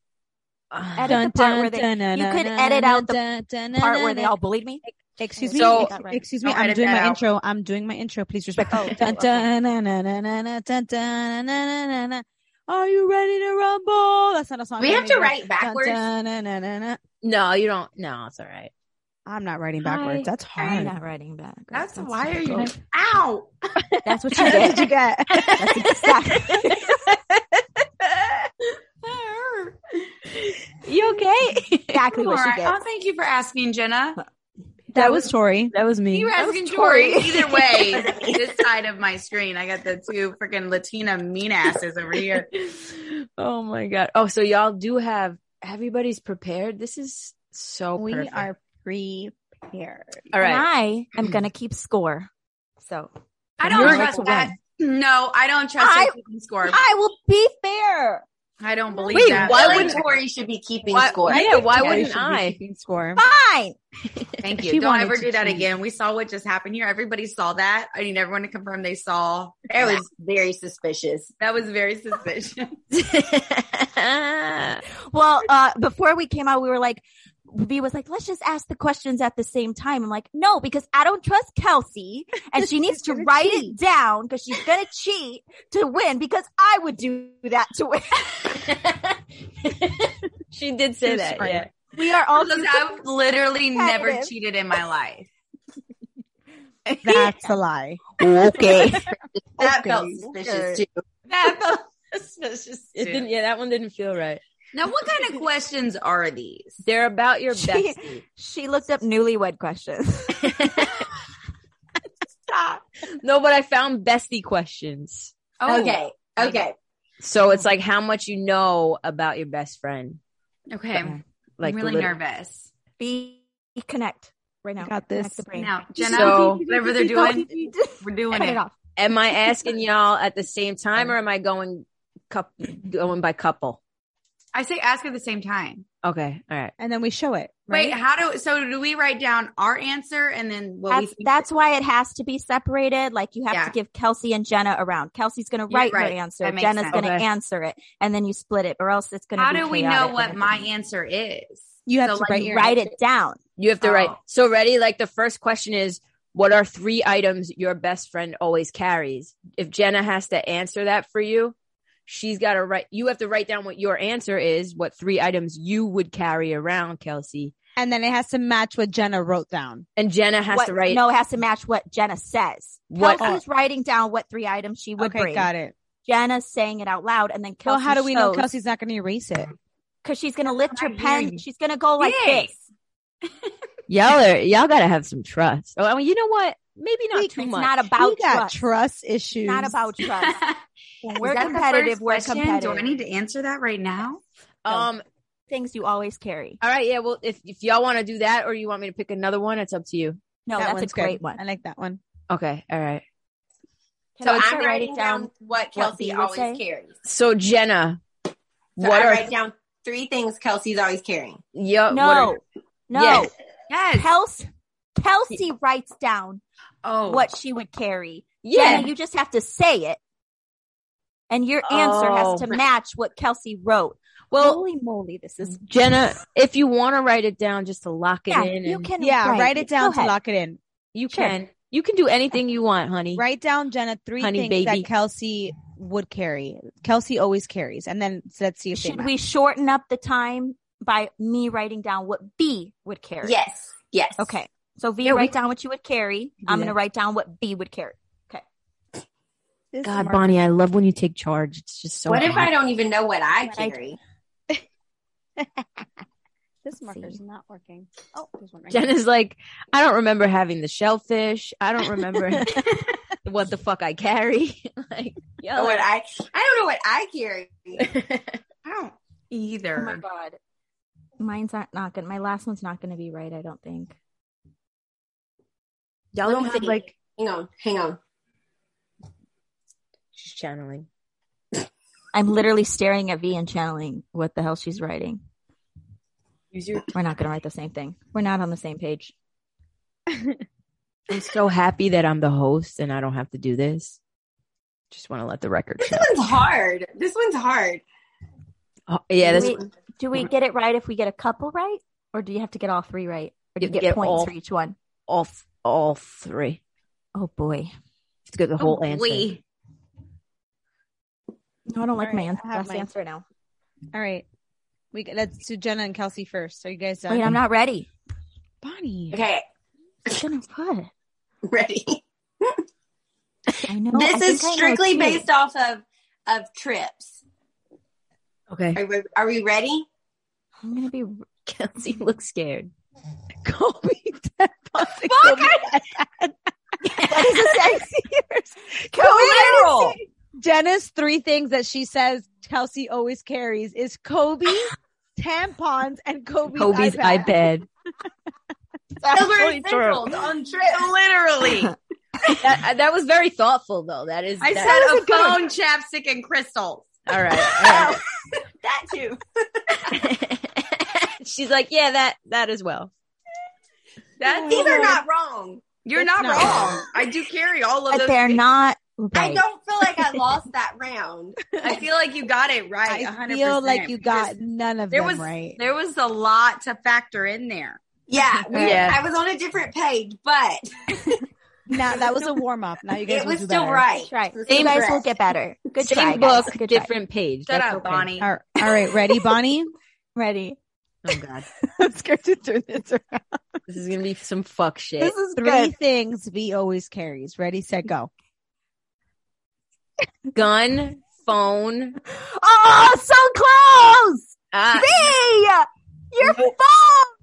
D: Uh,
C: Edit the part where they- you could edit out the Part where they all bullied me.
A: Excuse me.
D: So-
A: ex- excuse me.
E: I'll
A: I'm
E: edit
A: doing
E: that
A: my
E: out.
A: intro. I'm doing my intro. Please respect.
C: Oh,
A: Dun, dun, na, na, na, na, na, dun, dun, na, na, na, na. Are you ready to rumble? That's not a song.
B: We
A: I'm
B: have to
A: gonna
B: write
A: do. Dun,
B: backwards.
A: dun, na, na, na, na.
D: no, you don't. No, it's all right.
A: I'm not writing backwards.
D: Hi.
A: That's
C: I'm
A: hard.
C: not writing back.
E: That's why are you
C: difficult.
E: ow?
C: That's what you
A: That's what
C: get.
A: you get.
C: That's exactly.
D: You okay?
C: Exactly what
E: All
C: she
E: right.
C: gets.
E: Oh, thank you for asking, Jenna.
A: That was Tori. That was me.
E: You were
C: That was
E: asking
C: Tori.
E: Tori. Either way, this side of my screen, I got the two freaking Latina mean asses over here.
D: oh my god. Oh, so y'all do have everybody's prepared. This is so
A: we
D: perfect.
A: are prepared.
D: all right.
C: And I am gonna keep score. So
E: I
C: You're
E: don't
C: gonna
E: trust
C: win.
E: that. No, I don't trust
C: I-
E: your keeping score.
C: I will be fair.
E: I don't believe
D: Wait,
E: that.
D: why
B: Why
D: would-
B: would Tori should be keeping
D: Why-
B: score?
D: Yeah, why
A: Yeah,
D: wouldn't
A: should be
D: I?
A: keeping Score.
C: Fine.
E: Thank you.
A: She
E: Don't
A: wanted
E: ever
A: to
E: do that
A: cheat.
E: again. We saw what just happened here. Everybody saw that. I need everyone to confirm they saw.
B: That was very suspicious.
E: That was very suspicious.
C: Well, uh, before we came out, we were like, V was like, let's just ask the questions at the same time. I'm like, no, because I don't trust Kelsey and she needs to
A: gonna
C: write
A: cheat.
C: it down because she's going to cheat to win because I would do that to win.
D: she did say
A: Too
D: that.
A: smart.
D: Yeah.
C: We are all
E: Because I've literally never
C: Competitive.
E: cheated in my life.
A: That's a lie.
C: okay.
B: That
A: Okay.
B: felt suspicious
C: Okay.
B: too.
D: That felt suspicious. It
E: too.
D: didn't, yeah, that one didn't feel right.
E: Now, what kind of questions are these?
D: They're about your
C: She-
D: bestie.
C: She looked up newlywed questions.
D: No, but I found bestie questions.
E: Oh,
B: okay. Okay.
D: So it's like how much you know about your best friend.
E: Okay.
D: Like
E: I'm really
D: lit-
E: nervous.
C: Be connect right now.
A: I got
C: Connect
A: this.
C: the brain.
E: Now, Jenna,
D: So-
E: whatever they're doing, we're doing
C: Cut it
E: it.
C: off.
D: Am I asking y'all at the same time or am I going cup going by couple?
E: I say ask at the same time.
D: Okay. All right.
A: And then we show it. Right?
E: Wait, how do so? Do we write down our answer and then what we
C: That's,
E: think?
C: that's why it has to be separated. Like you have
E: Yeah.
C: to give Kelsey and Jenna a round. Kelsey's going to
E: You're
C: write
E: right.
C: her answer.
E: That makes
C: Jenna's
E: sense.
C: going to
D: Okay.
C: answer it, and then you split it, or else it's going to.
E: How
C: be
E: do we know
C: chaotic
E: what
C: and
E: my
C: everything.
E: answer is?
A: You have
E: So,
A: to
E: like,
A: write your
C: write it down?
D: You have to write.
E: Oh.
D: So ready? Like the first question is, what are three items your best friend always carries? If Jenna has to answer that for you, she's got to write. You have to write down what your answer is. What three items you would carry around, Kelsey?
A: And then it has to match what Jenna wrote down.
D: And Jenna has
C: What-
D: to write.
C: No, it has to match what Jenna says.
D: What-
C: Kelsey's writing down what three items she would
A: okay,
C: bring.
A: got it.
C: Jenna's saying it out loud, and then Kelsey
A: well, how do we know
C: shows-
A: Kelsey's not going to erase it?
C: because she's gonna lift her
E: what I hear
C: pen.
E: you.
C: She's gonna go like
E: Yes.
C: this.
D: Y'all are y'all got to have some trust. Oh, I mean, you know what? Maybe not
C: It's
D: too much.
C: not about
A: we got
C: trust.
A: trust issues.
C: Not about trust. When we're
E: Is that the
C: competitive.
E: first
C: We're
E: question?
C: competitive.
E: Do I need to answer that right now?
D: um.
C: Things you always carry.
D: All right. Yeah. Well, if if y'all want to do that, or you want me to pick another one, it's up to you.
C: No,
A: that
C: that's
A: one's
C: a great
A: good.
C: one.
A: I like that one.
D: Okay. All right.
C: Can
B: So
C: I
B: I'm
C: start
B: writing down what Kelsey
C: Bea would
B: always
C: say?
B: carries.
D: So Jenna,
B: So
D: what
B: I
D: are
B: write down three things Kelsey's always carrying.
D: yeah? what are-
C: No, no.
D: Yeah.
E: Yes.
C: Kelsey, Kelsey writes down
E: oh,
C: what she would carry.
D: Yeah.
C: Jenna, you just have to say it, and your answer
D: Oh.
C: has to match what Kelsey wrote.
D: Well-
C: Holy moly, this is
D: Jenna, if you want to write it down just to lock it
C: yeah.
D: in,
C: You
D: and-
C: can
A: Yeah, write it down
C: Go
A: to
C: ahead.
A: lock it in.
D: you
C: sure.
D: can. You can do anything you want, honey.
A: Write down, Jenna, three
D: Honey,
A: things
D: baby.
A: that Kelsey would carry. Kelsey always carries. And then let's see if they
C: Should
A: match.
C: we shorten up the time by me writing down what B would carry?
B: Yes. Yes.
C: Okay. So V,
D: Yeah, we-
C: write down what you would carry.
D: do
C: I'm going to
D: that.
C: write down what B would carry.
A: This
D: God,
A: smart-
D: Bonnie, I love when you take charge. It's just so.
B: what if I
D: hot.
B: don't even know what I
C: What I-
B: carry?
A: This
C: Let's
A: marker's
C: see.
A: not working. Oh, there's one right here.
D: Jenna's like, I don't remember having the shellfish. I don't remember what the fuck I carry. like,
B: Or
D: yo,
B: what I I don't know what I carry.
E: I don't either.
C: Oh my god. Mine's not, not going to, my last one's not going to be right, I don't think.
D: y'all don't have like
B: Hang on, hang on.
D: she's channeling.
C: I'm literally staring at V and channeling what the hell she's writing.
D: Use your.
C: We're not going to write the same thing. We're not on the same page.
D: I'm so happy that I'm the host and I don't have to do this. Just want to let the record show.
B: This one's hard. This one's hard.
D: Oh, yeah, that's
C: Wait. Do we get it right if we get a couple right? Or do you have to get all three right? Or do
D: You
C: you get,
D: get
C: points
D: all-
C: for each one?
D: all all three.
C: Oh boy.
D: It's good the whole answer.
E: We.
C: No, I don't like
A: All
C: my
A: right,
C: answer.
A: I have
C: Last
A: mine.
C: answer now.
A: All right. We let's do Jenna and Kelsey first. Are you guys done?
C: Wait, I'm not ready.
A: Bonnie.
B: Okay,
C: Shouldn't have put.
B: ready.
C: I know. I
B: this is
C: think I know
B: strictly
C: two.
B: based off of of trips.
D: Okay.
B: Are we, are we ready?
C: I'm gonna be.
D: Kelsey looks scared. Kobe
A: Fuck, I-
C: That is a sexy.
A: Collateral. Jenna's three things that she says Kelsey always carries is Kobe, tampons, and Kobe's,
D: Kobe's
A: iPad.
D: iPad.
B: Silver
D: totally true.
B: circles on trips.
E: Literally.
D: that, uh, that was very thoughtful, though. That is.
E: I
D: that-
E: said a phone, chapstick, and crystals.
D: all right. all right.
B: that too.
D: She's like, yeah, that that as well.
E: That's,
B: These are not wrong.
E: You're
A: It's
E: not,
A: not.
E: wrong. I do carry all of
C: but
E: those.
C: they're
E: things.
C: not
B: I
C: right.
B: don't feel like I lost that round.
E: I feel like you got it right.
A: I
E: 100%,
A: feel like you
E: because
A: got none of
E: there
A: them
E: was-
A: right.
E: There was a lot to factor in there.
B: Yeah, we,
D: Yeah.
B: I was on a different page, but
A: Now that was a warm up. Now you guys
B: it
A: will
B: was
A: do
B: still
A: better.
B: right.
C: That's right.
B: Same
C: you guys
B: breath.
C: will get better. Good try,
D: Same
C: guys.
D: book,
C: Good try.
D: different page.
E: Shut
D: That's
E: up,
D: okay.
E: Bonnie.
A: All right, all right, ready, Bonnie?
C: Ready.
D: Oh god,
A: Let's go to turn this around.
D: this is gonna be some fuck shit.
C: This is
A: Three
C: good.
A: things V always carries. Ready, set, go.
D: Gun, phone.
C: Oh, so close.
D: Uh,
C: B, your phone,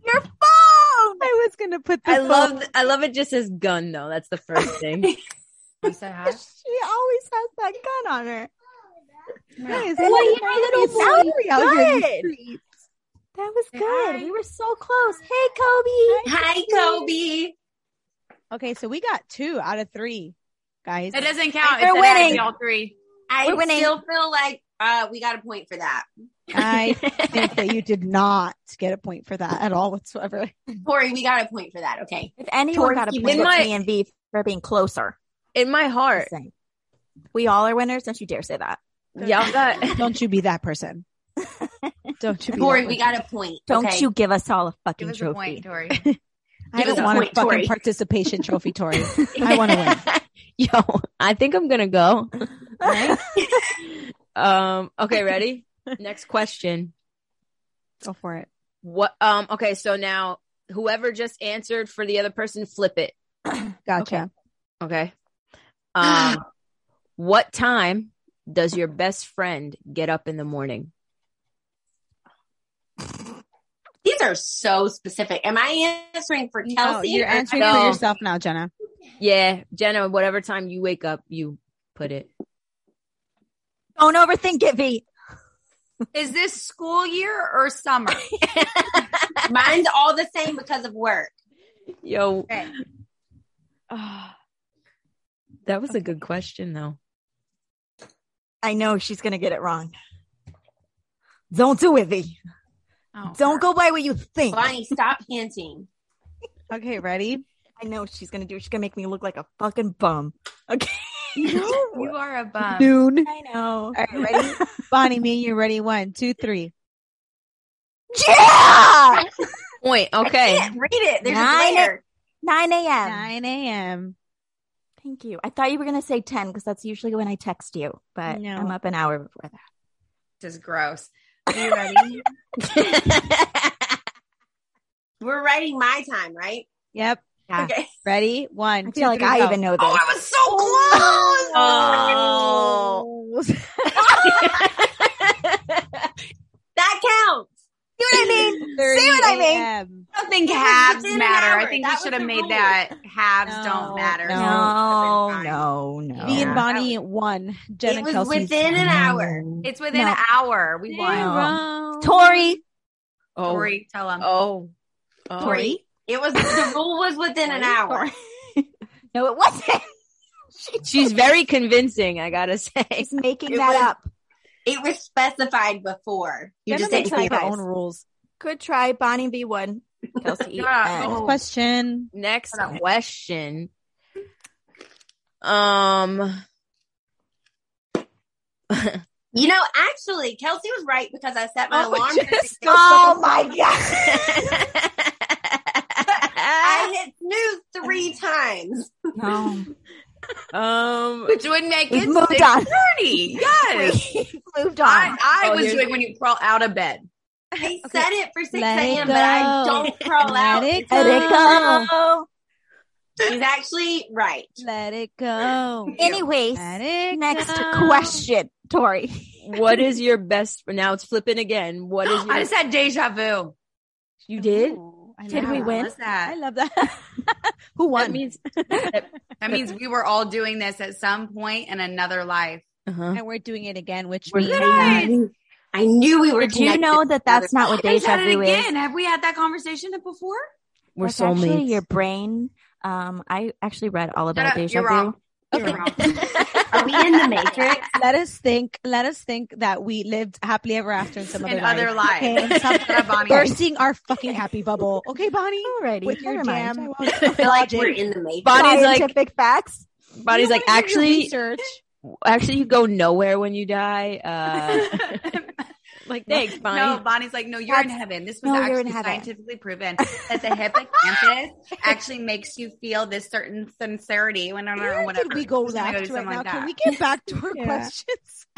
C: your phone.
A: I was gonna put the
D: I love. I love it. Just as gun though. That's the first thing.
C: She always has that gun on her.
A: Guys,
C: Boy,
A: look at
C: you're little
A: Bonnie's
C: boy.
A: salary out here in the
C: Good.
A: street.
C: That was
E: Say
C: good.
E: hi.
C: We were so close. Hey, Kobe.
B: Hi, Kobe.
A: Okay, so we got two out of three, guys.
E: It doesn't count.
C: We're
E: It's- it had to
C: winning.
E: be All three.
B: I
C: We're winning.
B: still feel like uh, we got a point for that.
A: I think that you did not get a point for that at all whatsoever.
B: Corey, we got a point for that. Okay.
C: If anyone got a
B: Torky.
C: point,
D: In
C: it's
D: my-
C: me and V for being closer.
D: In my heart,
C: Just saying. We all are winners. Don't you dare say that.
D: y'all got.
A: Don't you be that person. Don't you be
B: Corey,
A: that
B: we
A: person.
B: got a point.
C: Don't
B: okay?
C: you give us all a fucking
E: Give us
C: trophy.
E: a point, Tori.
A: I
B: give us
A: don't
B: a
A: want a
B: point,
A: fucking
B: Tori.
A: participation trophy, Tori. I want to win.
D: Yo, I think I'm gonna go. Um. Okay, ready. Next question.
A: Go for it.
D: What? Um. Okay, so now whoever just answered for the other person, flip it.
A: Gotcha.
D: Okay. Um. what time does your best friend get up in the morning?
B: These are so specific. Am I answering for
A: No,
B: Kelsey?
A: Oh, you're
B: or-
A: answering
D: No.
A: for yourself now, Jenna.
D: Yeah, Jenna. Whatever time you wake up, you put it.
C: Don't overthink it, V.
E: Is this school year or summer?
B: Mine's all the same because of work.
D: Yo.
E: Okay.
D: Ah. that was a good question, though.
C: I know she's gonna get it wrong. Don't do it, V.
E: Oh.
C: Don't go by what you think.
B: Bonnie, stop hinting.
A: Okay, ready?
C: I know what she's gonna do. She's gonna make me look like a fucking bum. Okay.
E: You are a bum.
A: Noon.
C: I
A: All
C: know.
A: right, ready? Bonnie, me and you ready? One, two, three.
C: Yeah!
D: Point. Okay.
B: Can't read it. There's
C: Nine-
B: a glare.
C: 9 a.m.
A: 9 a.m.
C: Thank you. I thought you were going to say 10 because that's usually when I text you, but
A: No.
C: I'm up an hour before that.
E: This is gross. Are you ready?
B: We're writing my time, right?
A: Yep.
C: Yeah.
B: Okay.
A: Ready? One, two,
C: I feel like
A: three,
C: I
A: go.
C: even know this.
B: Oh, I was so close.
D: Oh.
A: See
B: That counts.
C: See what I mean? what I mean?
A: mean?
B: I don't think
E: I don't think halves matter. I think we should have made that halves don't
A: No,
E: matter.
A: no.
C: No,
E: Fine.
C: no, no.
A: Me and
E: Yeah.
A: Bonnie won. Jenna
B: It was
A: Kelsey's-
B: within an hour.
E: It's within
C: No.
E: an hour. We won.
C: No.
A: Zero.
C: Tori.
D: oh.
E: Tori, tell them.
D: Oh. Oh.
B: Tori. It was the rule was within an hour.
C: No, it wasn't.
D: She's very convincing, I gotta say.
C: She's making
B: It
C: that
B: was-
C: up.
B: It was specified before. You
A: Jenna
B: just
A: makes
B: didn't
A: up
B: see
A: her
B: that.
A: own rules.
C: Good try. Bonnie B one. Kelsey.
E: Yeah.
C: and-
E: Oh.
A: Question.
D: Next
E: Hold on.
D: question. Um
B: You know, actually, Kelsey was right because I set my
A: Oh,
B: alarm. for
A: just-
B: six-
C: Oh, my God.
B: I hit snooze three times.
C: No.
D: um
E: Which would make
C: We've
E: it
C: moved
E: six
C: on.
E: thirty. Yes.
C: We moved on.
E: I, I
D: Oh,
E: was
D: you're-
E: doing when you crawl out of bed.
B: I set it for six
A: Let it
B: a.m., but I
A: go.
B: don't crawl out.
A: Let it
C: Let it go.
B: She's actually right.
A: Let it go.
C: Anyways,
A: Let it
C: next
A: go.
C: question, Tori.
D: what is your best now it's flipping again. What is your
E: I just had deja vu.
D: you did?
A: Ooh, I
C: Did
A: love
C: we
A: that.
E: What
C: win?
E: is
A: I
E: that?
A: love that. Who
D: That
A: won?
D: means that-
E: That means we were all doing this at some point in another life.
D: uh-huh.
A: and we're doing it again, which
D: We're
A: means
D: doing
A: that-
E: it.
B: I knew we were.
C: Did you
B: connected.
C: know that that's not what
E: I just
C: deja
E: had it
C: vu is?
E: again. Have we had that conversation before?
D: we're
C: That's actually
D: soulmates.
C: your brain. Um, I actually read all about
E: up,
C: deja
E: you're
C: vu,
E: wrong. You're wrong.
B: Are we in the Matrix?
A: Let us think. Let us think that we lived happily ever after in some
E: In
A: other
E: other
A: life. Okay,
E: lives.
A: and stop
E: Shut up, Bonnie.
A: bursting our fucking happy bubble. Okay, Bonnie.
C: Alrighty,
A: With your
C: never mind.
A: damn
B: I feel like
A: logic.
B: we're in the Matrix.
D: Bonnie's like,
C: Scientific facts.
D: Bonnie's
A: You
D: like,
A: wanna do your
D: actually,
A: research.
D: actually, you go nowhere when you die. Uh, like, thanks, Bonnie.
E: No, Bonnie's like, no, you're in heaven. This was
C: No, you're in
E: actually
C: heaven.
E: scientifically proven that the hippocampus actually makes you feel this certain sincerity when I'm
A: Where
E: or whatever.
A: did we go
E: I'm
A: left
E: just gonna go do
A: right
E: something
A: now?
E: like
A: Can
E: that.
A: we get back to our
C: Yeah.
A: questions?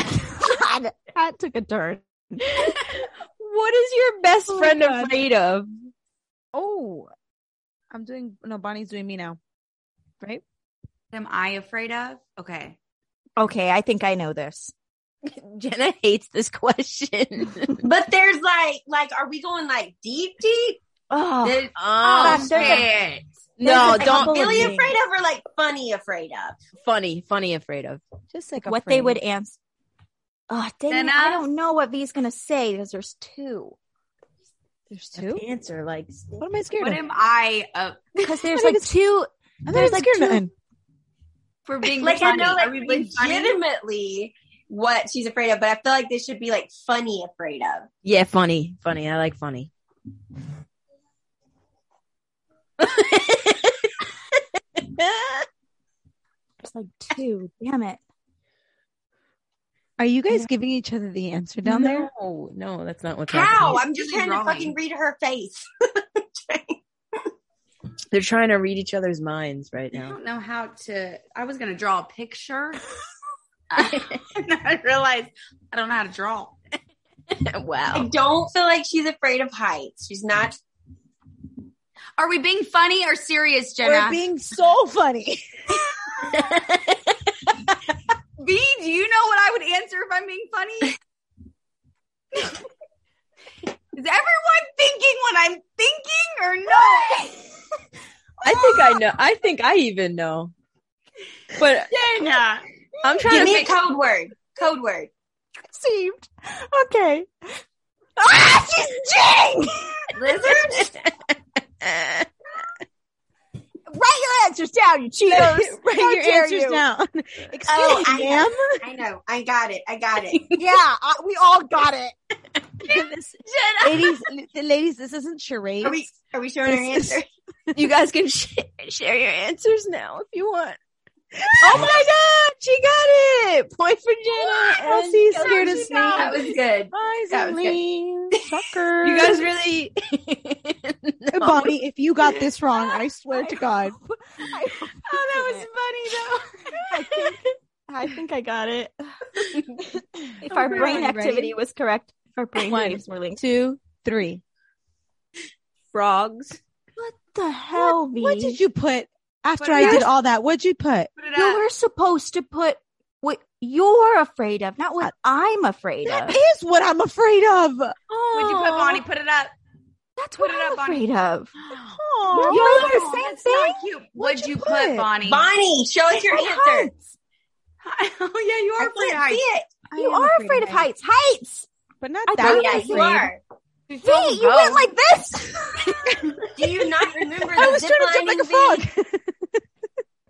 C: God, that took a turn.
D: what is your best
C: Oh my
D: friend
C: God.
D: afraid of?
A: Oh, I'm doing. No, Bonnie's doing me now.
E: Am I afraid of? Okay.
C: Okay, I think I know this.
D: Jenna hates this question.
B: But there's like, like, are we going like deep, deep?
C: Oh,
E: This-
D: oh,
C: Gosh, there's a-
E: shit.
D: no,
C: there's a
D: don't.
C: couple-
B: Really
C: Bullying.
B: afraid of or like funny afraid of?
D: Funny, funny, afraid of.
A: Just like
C: what they would answer. Oh, dang it, I
E: Jenna?
C: don't know what V's gonna say because there's two.
A: There's two.
D: Answer like
A: What am I scared
E: What
A: of?
E: am I uh,
C: Because there's
A: I
C: like
A: think
C: two.
A: I'm
C: there's
A: not
C: like
A: scared
C: two-
A: of nothing.
E: for being
B: Like I
E: funny?
B: know, like
E: Are we being funny?
B: legitimately what she's afraid of, but I feel like this should be like funny afraid of.
D: Yeah, funny, funny. I like funny.
C: There's like two. Damn it.
A: Are you guys giving each other the answer down there?
D: No, no, that's not what's
B: How?
D: happening.
B: I'm just trying to
E: Drawing.
B: fucking read her face.
D: They're trying to read each other's minds right
E: I
D: now.
E: don't know how to. I was gonna draw a picture. and I realized I don't know how to draw.
B: I
A: Oh.
D: wow.
B: don't feel like she's afraid of heights. She's not.
E: Are we being funny or serious,
A: We're
E: Jenna?
A: being so funny.
E: B, do you know what I would answer if I'm being funny? Is everyone thinking what I'm thinking or no?
D: I think I know. I think I even know. But
E: Jenna.
D: I'm trying
B: Give
D: to
B: me a
D: think-
B: code word. Code word.
C: Saved. Okay.
B: Ah, she's Jing. Lizard.
C: Write your answers down, you cheaters.
A: Write
C: How
A: your
C: dare
A: answers
C: you.
A: down. Excuse
B: Oh, I
A: me, ma'am.
B: I know. I got it. I got it.
C: Yeah, I, we all got it.
A: This-
E: Jenna.
A: ladies, the ladies, this isn't charades.
B: Are we? Are we showing her
A: This is-
B: answer?
D: you guys can sh- share your answers now if you want.
A: oh my god, she got it. Point for Jenna.
D: What?
A: Elsie's
D: How
A: scared
D: did
A: of
D: she know?
A: snakes.
B: That was good.
A: Eyes
B: That
A: and
B: was good.
A: leaves. Sucker.
D: You guys really.
A: Hey,
D: No.
A: Bonnie, if you got this wrong, I swear to God.
C: I,
D: Oh,
C: that
D: that
C: I think I think I got it. If
A: Okay,
C: our brain
A: everyone, you
C: activity
A: ready?
C: was correct, if our brain
A: One.
C: waves were linked.
A: Two, three.
D: Frogs.
C: What the hell, V?
A: What did you put after
E: What
A: I
E: did
A: did
E: I-
A: all that? What'd you put?
E: Put it
C: You
E: up.
C: were supposed to put what you're afraid of, not what I'm afraid
A: That
C: of.
A: is what I'm afraid of.
E: Would you put
C: Aw,
E: Bonnie? Put it up.
C: That's
E: put
C: what
E: it
C: I'm
E: up, Bonnie.
C: afraid of.
A: Aw.
C: You're
E: No,
C: the same
E: Oh, that's not
C: thing.
E: cute.
A: What'd
E: Would you
A: you
E: put,
A: put?
E: Bonnie?
B: Bonnie, show us your
C: Hey,
B: answer.
C: heights.
E: oh yeah, you
B: I
E: are afraid of
B: can't see
E: heights.
B: it.
A: I
C: You
A: am
C: are afraid of heights. Heights.
A: But not
C: I
A: that
B: Oh
C: thought
B: yeah,
A: afraid.
B: you are.
C: V, you went like this.
B: Do you not remember?
A: I
B: the
A: was trying to jump
B: ziplining
A: like a
B: thing?
A: frog.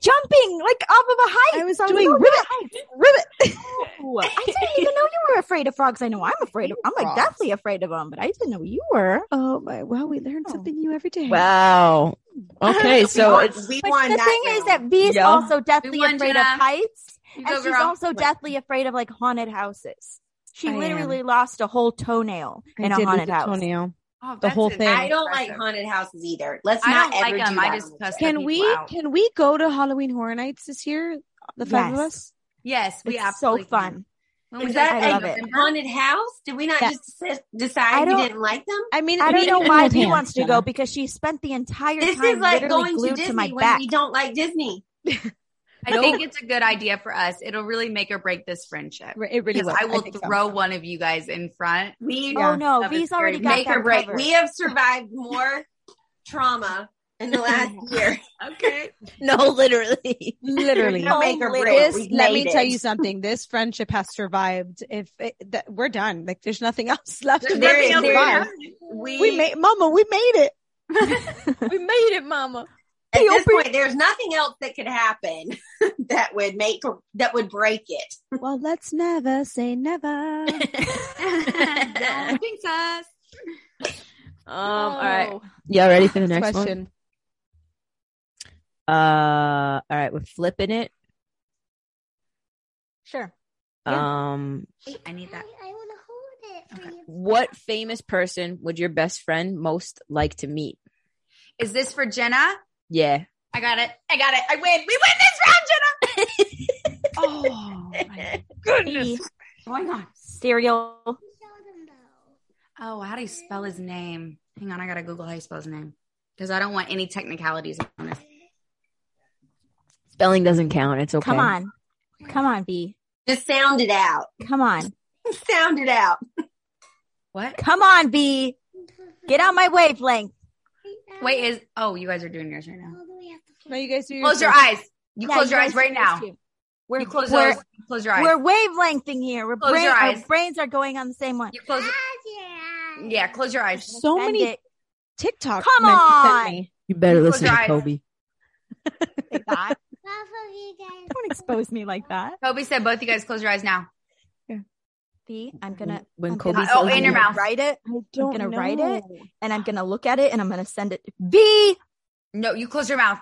C: Jumping like off of a height.
A: I was
C: So
A: doing
C: you
A: ribbit, ribbit.
C: know- I didn't even know you were afraid of frogs. I know I'm afraid of. I'm like
A: Frogs.
C: definitely afraid of them, but I didn't know you were.
A: Oh my! Well, we learn
C: Oh.
A: something new every day.
D: Wow. Okay, so
B: we
D: it's
B: won, we
C: But
B: won
C: the
B: that
C: thing is that
B: round.
C: V is
D: Yeah.
C: also deathly
E: won,
C: afraid of
E: Jenna.
C: heights,
E: You
C: and
E: go,
C: she's
E: girl.
C: also deathly afraid of like haunted houses. She
A: I
C: literally lost a whole toenail
A: I
C: in
A: did
C: a
A: lose
C: haunted
A: a
C: house.
A: toenail.
E: Oh,
A: the
E: that's
A: whole
E: an-
A: thing.
B: I don't like haunted houses either. Let's not
E: I don't
B: ever
E: like
B: do
E: them.
B: that.
E: I just
B: on the
E: cuss
B: trip.
E: them.
A: Can
E: people
A: we
E: out.
A: can we go to Halloween Horror Nights this year? The five of
C: Yes.
A: us.
E: Yes, we
C: It's so
E: absolutely can.
C: fun.
E: When we
B: Is
E: go
B: that
E: to
C: I love
E: November-
B: a haunted house? Did we not
A: Yeah.
B: just deci- decide
C: I
B: we
C: don't-
B: didn't like them?
A: I mean,
C: I
A: me
C: don't know
A: and
C: why
A: Hold
C: V
A: hands,
C: wants to
A: Jenna.
C: go because she spent the entire
B: This
C: time
B: is like
C: literally
B: going to
C: glued to,
B: Disney
C: my
B: when
C: back.
B: we don't like Disney.
E: I think it's a good idea for us. It'll really make or break this friendship.
A: Re- It really
E: Because
A: will.
E: I will
A: think so.
E: throw one of you guys in front.
B: We
A: Yeah.
C: Oh no,
E: That
C: V's
E: was
C: already
E: very
C: got
B: make
C: that
B: or break.
C: covered.
B: We have survived more trauma in the last year.
E: Okay.
D: no, literally.
A: Literally.
B: No make or
C: literally.
B: break.
A: This,
B: We've
A: let
B: made
A: me tell
B: it.
A: you something. This friendship has survived. If it, that, we're done, like there's nothing else left.
E: There's
A: in
B: There-
A: this
E: nothing else
B: there-
A: survive.
E: left.
B: We,
A: We made, Mama, we made it.
D: we made it, Mama.
B: At this point, there's nothing else that could happen that would make that would break it.
A: Well, let's never say never.
E: Don't jinx us.
D: Um, all right. Y'all ready for the next one?
A: Question.
D: Uh, all right, we're flipping it.
C: Sure.
D: Um,
E: I need that.
F: I, want to hold it for you.
D: what famous person would your best friend most like to meet?
E: Is this for Jenna?
D: Yeah.
E: I got it. I got it. I win. We win this round, Jenna.
A: Oh, my
C: P,
E: What's going on?
C: cereal.
F: You saw them though.
E: Oh, how do you spell his name? Hang on, I gotta Google how you spell his name because I don't want any technicalities on this.
D: Spelling doesn't count. It's okay.
C: Come on. Come on, B.
B: Just sound it out.
C: Come on.
B: Sound it out.
E: What?
C: Come on, B. Get out my wavelength.
E: Wait, is oh, you guys are doing yours right now.
F: All the way up the
A: No, you guys do your
E: Close your
A: first.
E: eyes. You
C: Yeah,
E: close your
C: guys
E: eyes right
C: do
E: now.
C: this too. We're,
E: You close
C: we're,
E: those. you Close your
C: we're
E: eyes.
C: wavelengthing here. We're
E: Close
C: brain,
E: your
C: our
E: eyes.
C: brains are going on the same one.
E: You close.
F: Ah,
E: Yeah, close your eyes.
A: So
C: Send
A: many
C: it.
A: TikTok.
C: Come
A: men you sent
C: on.
A: me.
D: You better
E: Close
D: listen
E: your
D: to
E: eyes.
D: Kobe.
C: Don't
F: Both of you guys.
C: expose me like that.
E: Kobe said, "Both you guys close your eyes now."
C: B, I'm gonna
D: When
C: I'm
D: Kobe
C: gonna-
E: says Oh, in
C: I'm
E: your
C: gonna
E: mouth.
C: Write it
A: I don't
C: gonna
A: know.
C: write it. and I'm gonna look at it and I'm gonna send it. B
E: No, you close your mouth.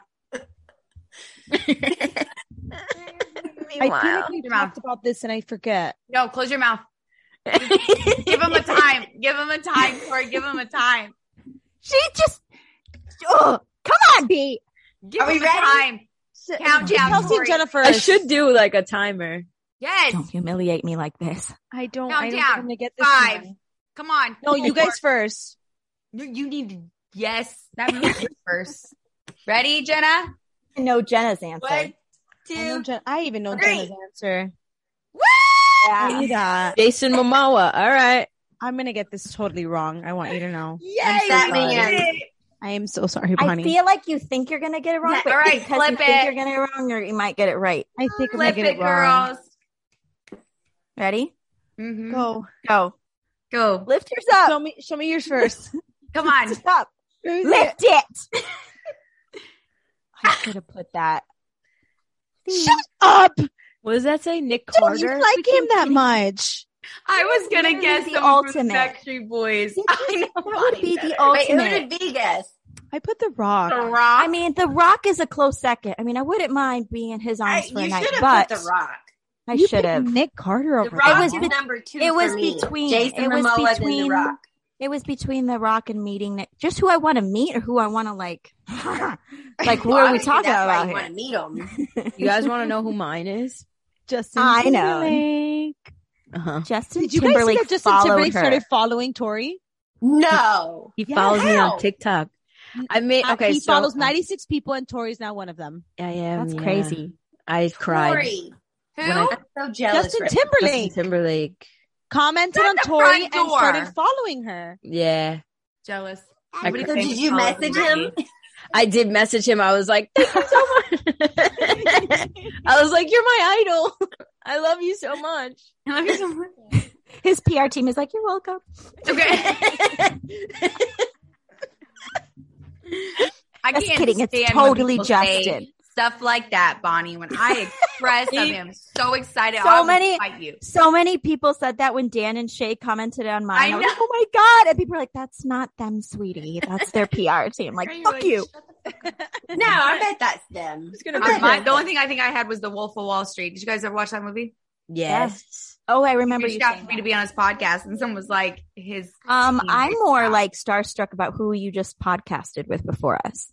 A: I feel like we
E: Your mouth.
A: talked about this and I forget.
E: No, close your mouth. Give him a time. Give him a time, Corey. Give him a time.
C: she just oh come on, B.
E: Give
B: Are we
E: him
B: ready?
E: a time. Countdown,
A: Kelsey and
E: Corey.
A: Jennifer.
D: I should do like a timer.
E: Yes.
C: Don't humiliate me like this.
A: I don't.
E: Count
A: I don't
E: down.
A: think I'm gonna get this
E: Five.
A: one.
E: Come on.
A: No, you guys first.
E: You, you need to- yes. That means you first. Ready, Jenna?
C: I know Jenna's answer.
E: One,
A: I, know
E: two.
A: Jen- I even know
E: Three.
A: Jenna's answer.
C: Yeah.
A: Rita,
D: Jason Momoa. All right.
A: I'm gonna get this totally wrong. I want you to know.
E: Yay!
B: that
E: you
B: man.
E: did it.
A: I am so sorry,
C: I
A: Bonnie. I,
C: feel like you think you're gonna get it wrong,
E: Yeah,
C: but
E: all right,
C: because you
E: flip
C: think
E: it.
C: you're gonna get it wrong, you're, you might get it right.
A: think I'm gonna
E: Flip
A: get
E: it,
A: it wrong.
E: girls.
C: Ready?
E: Mhm. Go.
A: Go.
C: Go. Lift yours up.
A: Show me. Show me yours first.
E: Come on.
C: Lift it up. Lift it. I should have put that.
A: Shut up!
D: What does that say? Nick
A: Don't you
D: Carter?
A: like him that much?
E: I was gonna
C: Literally
E: guess
C: the
E: the ultimate
C: ultimate.
E: Backstreet Boys.
C: That
E: I know.
C: would be the
B: Wait, who
C: ultimate.
B: did V guess?
A: I put the
E: The
A: rock.
E: Rock.
C: I mean, The Rock is a close second. I mean, I wouldn't mind being his
B: I-
C: arms for a
B: you
C: night,
B: should have
C: but
B: put the rock.
C: I
A: You
C: should
A: picked
C: have.
A: Nick Carter
B: The
A: over.
B: rock
C: was
B: is
C: bet-
B: number two.
C: it was
B: for me.
C: between-
B: Jason
C: it was
B: Momoa than
C: between-
B: the rock.
C: It was between The Rock and meeting Nick. Just who I want to meet or who I want to like. like, who are we
B: Well, obviously
C: talking
B: that's
C: about
B: Why you
C: here?
B: want to meet him?
D: You guys want to know who mine is?
A: Justin
C: I know.
A: Timberlake.
D: Uh-huh.
C: Justin
A: Did you guys see
C: Timberlake
A: that Justin
C: followed
A: Timberlake
C: her.
A: started following Tori?
B: No.
D: He
A: Yeah,
D: follows me
B: how?
D: on TikTok. I mean,
A: Uh,
D: okay,
A: he
D: so um,
A: follows 96 people, and Tori's now one of them.
D: I am.
C: That's
D: yeah.
C: crazy.
D: I cried.
B: Corey.
E: Who?
D: When I-
B: I'm so jealous.
A: Justin
B: right
A: Timberlake
D: Justin Timberlake.
A: commented
E: Shut
A: on
E: the
A: Tori
E: front
A: and
E: door.
A: started following her.
D: Yeah.
E: Jealous.
D: I,
B: now. So did you message him?
D: I did message him. I was like, thank you so much. I was like, you're my idol. I love you so much.
E: I love you so much.
C: His PR team is like, you're welcome.
E: Okay. I
C: Just
E: can't
C: kidding. It's
E: stand when
C: totally
E: people say
C: Justin.
E: Stuff like that, Bonnie. When I express, I am so excited.
C: So
E: I would
C: many-
E: fight you.
C: So many people said that when Dan and Shay commented on mine. I
E: I
C: was
E: know.
C: like, oh my God. And people were like, that's not them, sweetie. That's their PR team. Like,
E: You're
C: fuck
E: like,
C: you.
B: No, I bet that's them.
A: It's gonna
E: I- my- the only thing I think I had was The Wolf of Wall Street. Did you guys ever watch that movie?
D: yes.
C: Oh, I remember you
E: Reached out
C: saying
E: for me to
C: that.
E: be on his podcast, and someone was like, "His
C: Um,
E: team
C: I'm
E: reached
C: more
E: out.
C: like starstruck about who you just podcasted with before us.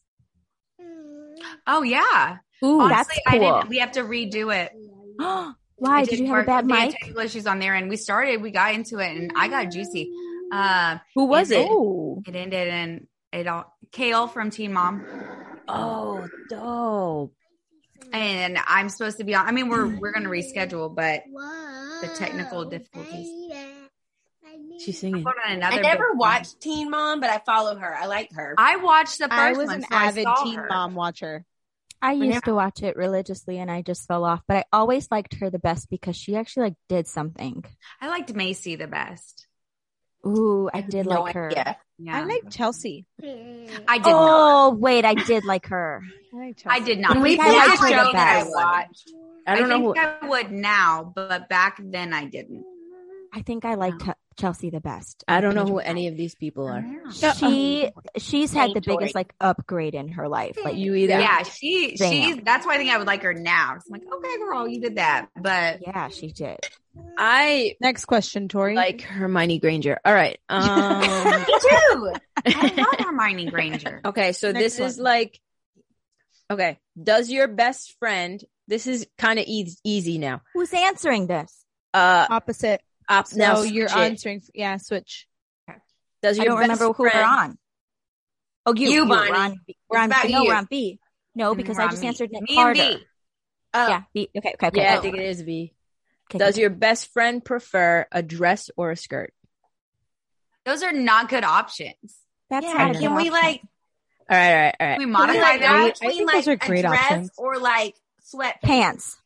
E: oh yeah,
C: Ooh, that's
E: Honestly, I
C: cool.
E: didn't, we have to redo it.
C: Why did
E: It
C: you
E: didn't
C: have a
E: work.
C: bad
E: We had
C: mic?
E: Technical issues on there, and we started. We got into it, and I got juicy.
B: Uh,
E: Um,
D: Who was
E: And-
D: it?
C: Oh,
E: it ended in it all. Kale from Teen Mom.
D: Oh, dope.
E: and I'm supposed to be on. I mean, we're we're gonna reschedule, but
F: The
E: technical difficulties.
D: She's singing.
E: we're on another.
B: I never
E: big one.
B: watched Teen Mom, but I follow her. I like her.
E: I watched the first
A: I was
E: one.
A: an
E: so I
A: avid
E: saw
A: teen
E: her.
A: mom watcher.
C: I
E: Whenever-
C: used to watch it religiously and I just fell off, but I always liked her the best because she actually like did something.
E: I liked Macy the best.
C: Ooh, I did
B: No
C: like her.
B: idea.
E: Yeah.
A: I like Chelsea.
E: I did not.
C: Oh, wait, I did like her.
A: I like Chelsea.
E: I did not.
C: When we
E: People
C: played
E: like
C: it for the
E: shows I
C: best.
E: watched.
D: I don't know who.
E: think I would now, but back then I didn't.
C: I think I like Ke- Chelsea the best.
D: I don't know who any of these people
E: Mm-hmm.
D: are.
C: She she's had the
B: Enjoy.
C: biggest like upgrade in her life. Like
D: You either.
E: Yeah, she
C: Damn.
E: she's that's why I think I would like her now. I'm like, okay, girl, you did that, but
C: yeah, she did.
D: I
A: Next question, Tori.
D: like Hermione Granger. All right. Um,
E: me too. I love Hermione Granger.
D: okay, so
A: Next
D: this is like, okay, does your best friend? This is kind of easy, easy now.
C: Who's answering this?
D: Uh,
A: opposite.
D: op,
A: So
D: now
A: you're
D: switch it.
A: answering. Yeah, switch.
D: Does
C: I
D: your
C: don't
D: best
C: remember who
D: friend,
C: we're on. Oh, you,
B: You,
C: you
B: Bonnie.
C: Ron, B. Ron,
B: about
C: B. no,
B: you.
C: Ron B. No, Oh, because
E: We're
C: I
E: on
C: just
E: me.
C: answered Nick
E: Me and
C: Carter.
E: B.
B: Oh.
C: Yeah, B. Okay, okay, okay.
D: Yeah, I
C: okay.
D: think it is V.
C: Okay,
D: Does
C: okay.
D: your best friend prefer a dress or a skirt?
E: Those are not good options.
C: That's
B: Yeah,
C: not
D: an
B: can we
C: option.
B: like
D: All right, all right, all
E: Can
D: right.
E: we
B: can we
E: modify
B: like
E: that?
B: that?
A: I
B: between
A: think
B: like
A: those are great
B: a dress
A: options.
B: or like sweatpants?
C: pants?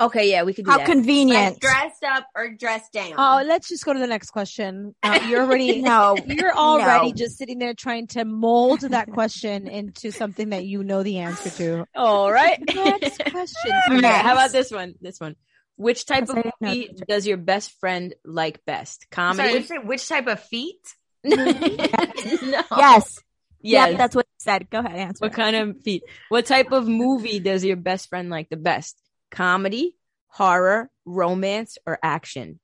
D: Okay, yeah, we could do
C: How
D: that.
C: convenient.
B: Like dressed up or dressed down?
A: Oh, let's just go to the next question. Uh, you're already.
C: no,
A: You're already
C: No.
A: just sitting there trying to mold that question into something that you know the answer to.
D: all right.
A: Next question.
D: All right, How about
C: Next.
D: this one? This one. Which type
C: Yes,
D: of
C: I didn't know
D: movie does your best friend like best?
E: I'm sorry,
D: Comedy?
E: which, which type of feet?
D: no.
C: yes,
D: Yes.
C: Yep, that's what he said. Go ahead, answer.
D: What kind of feet? What type of movie does your best friend like the best? Comedy, horror, romance, or action?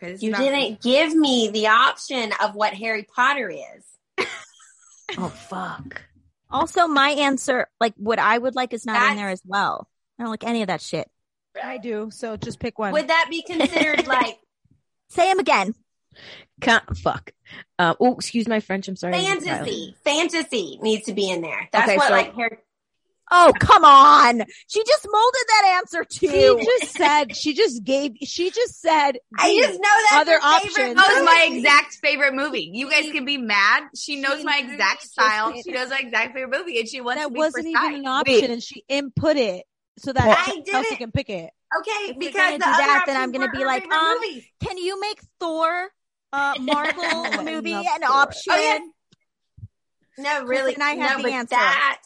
E: Okay, this is
B: you
E: not-
B: didn't give me the option of what Harry Potter is.
D: Oh fuck.
C: Also, my answer, like what I would like, is not in
B: That's-
C: there as well. I don't like any of that shit.
A: I do. So just pick one.
B: Would that be considered like
C: Say him again.
D: Can't fuck. Um, oh, excuse my French. I'm sorry. I'm violent.
B: fantasy? Fantasy needs to be in there. That's
D: Okay,
B: what
D: so-
B: like Harry.
C: Oh, come on. She just molded that answer to
A: she just said. She just gave. She just said.
B: I just know that
A: Other options.
B: option.
E: That was my exact favorite movie. You guys can be mad. She knows my exact style. She knows my exact favorite movie, and she wants
A: that
E: to be
A: wasn't even
E: precise.
A: an option, and she input it so that
B: I
A: Chelsea
B: didn't-
A: can pick it.
B: Okay,
C: If we're
B: because
C: gonna do
B: the
C: that,
B: other
C: then I'm
B: options
C: gonna
B: were
C: be
B: her
C: like,
B: favorite
C: um,
B: movies.
C: Can you make Thor uh Marvel
A: I
C: movie
A: love
C: an
A: Thor.
C: option?
B: Oh, yes. no, really,
C: and I have
B: no,
C: the
B: but
C: answer.
B: that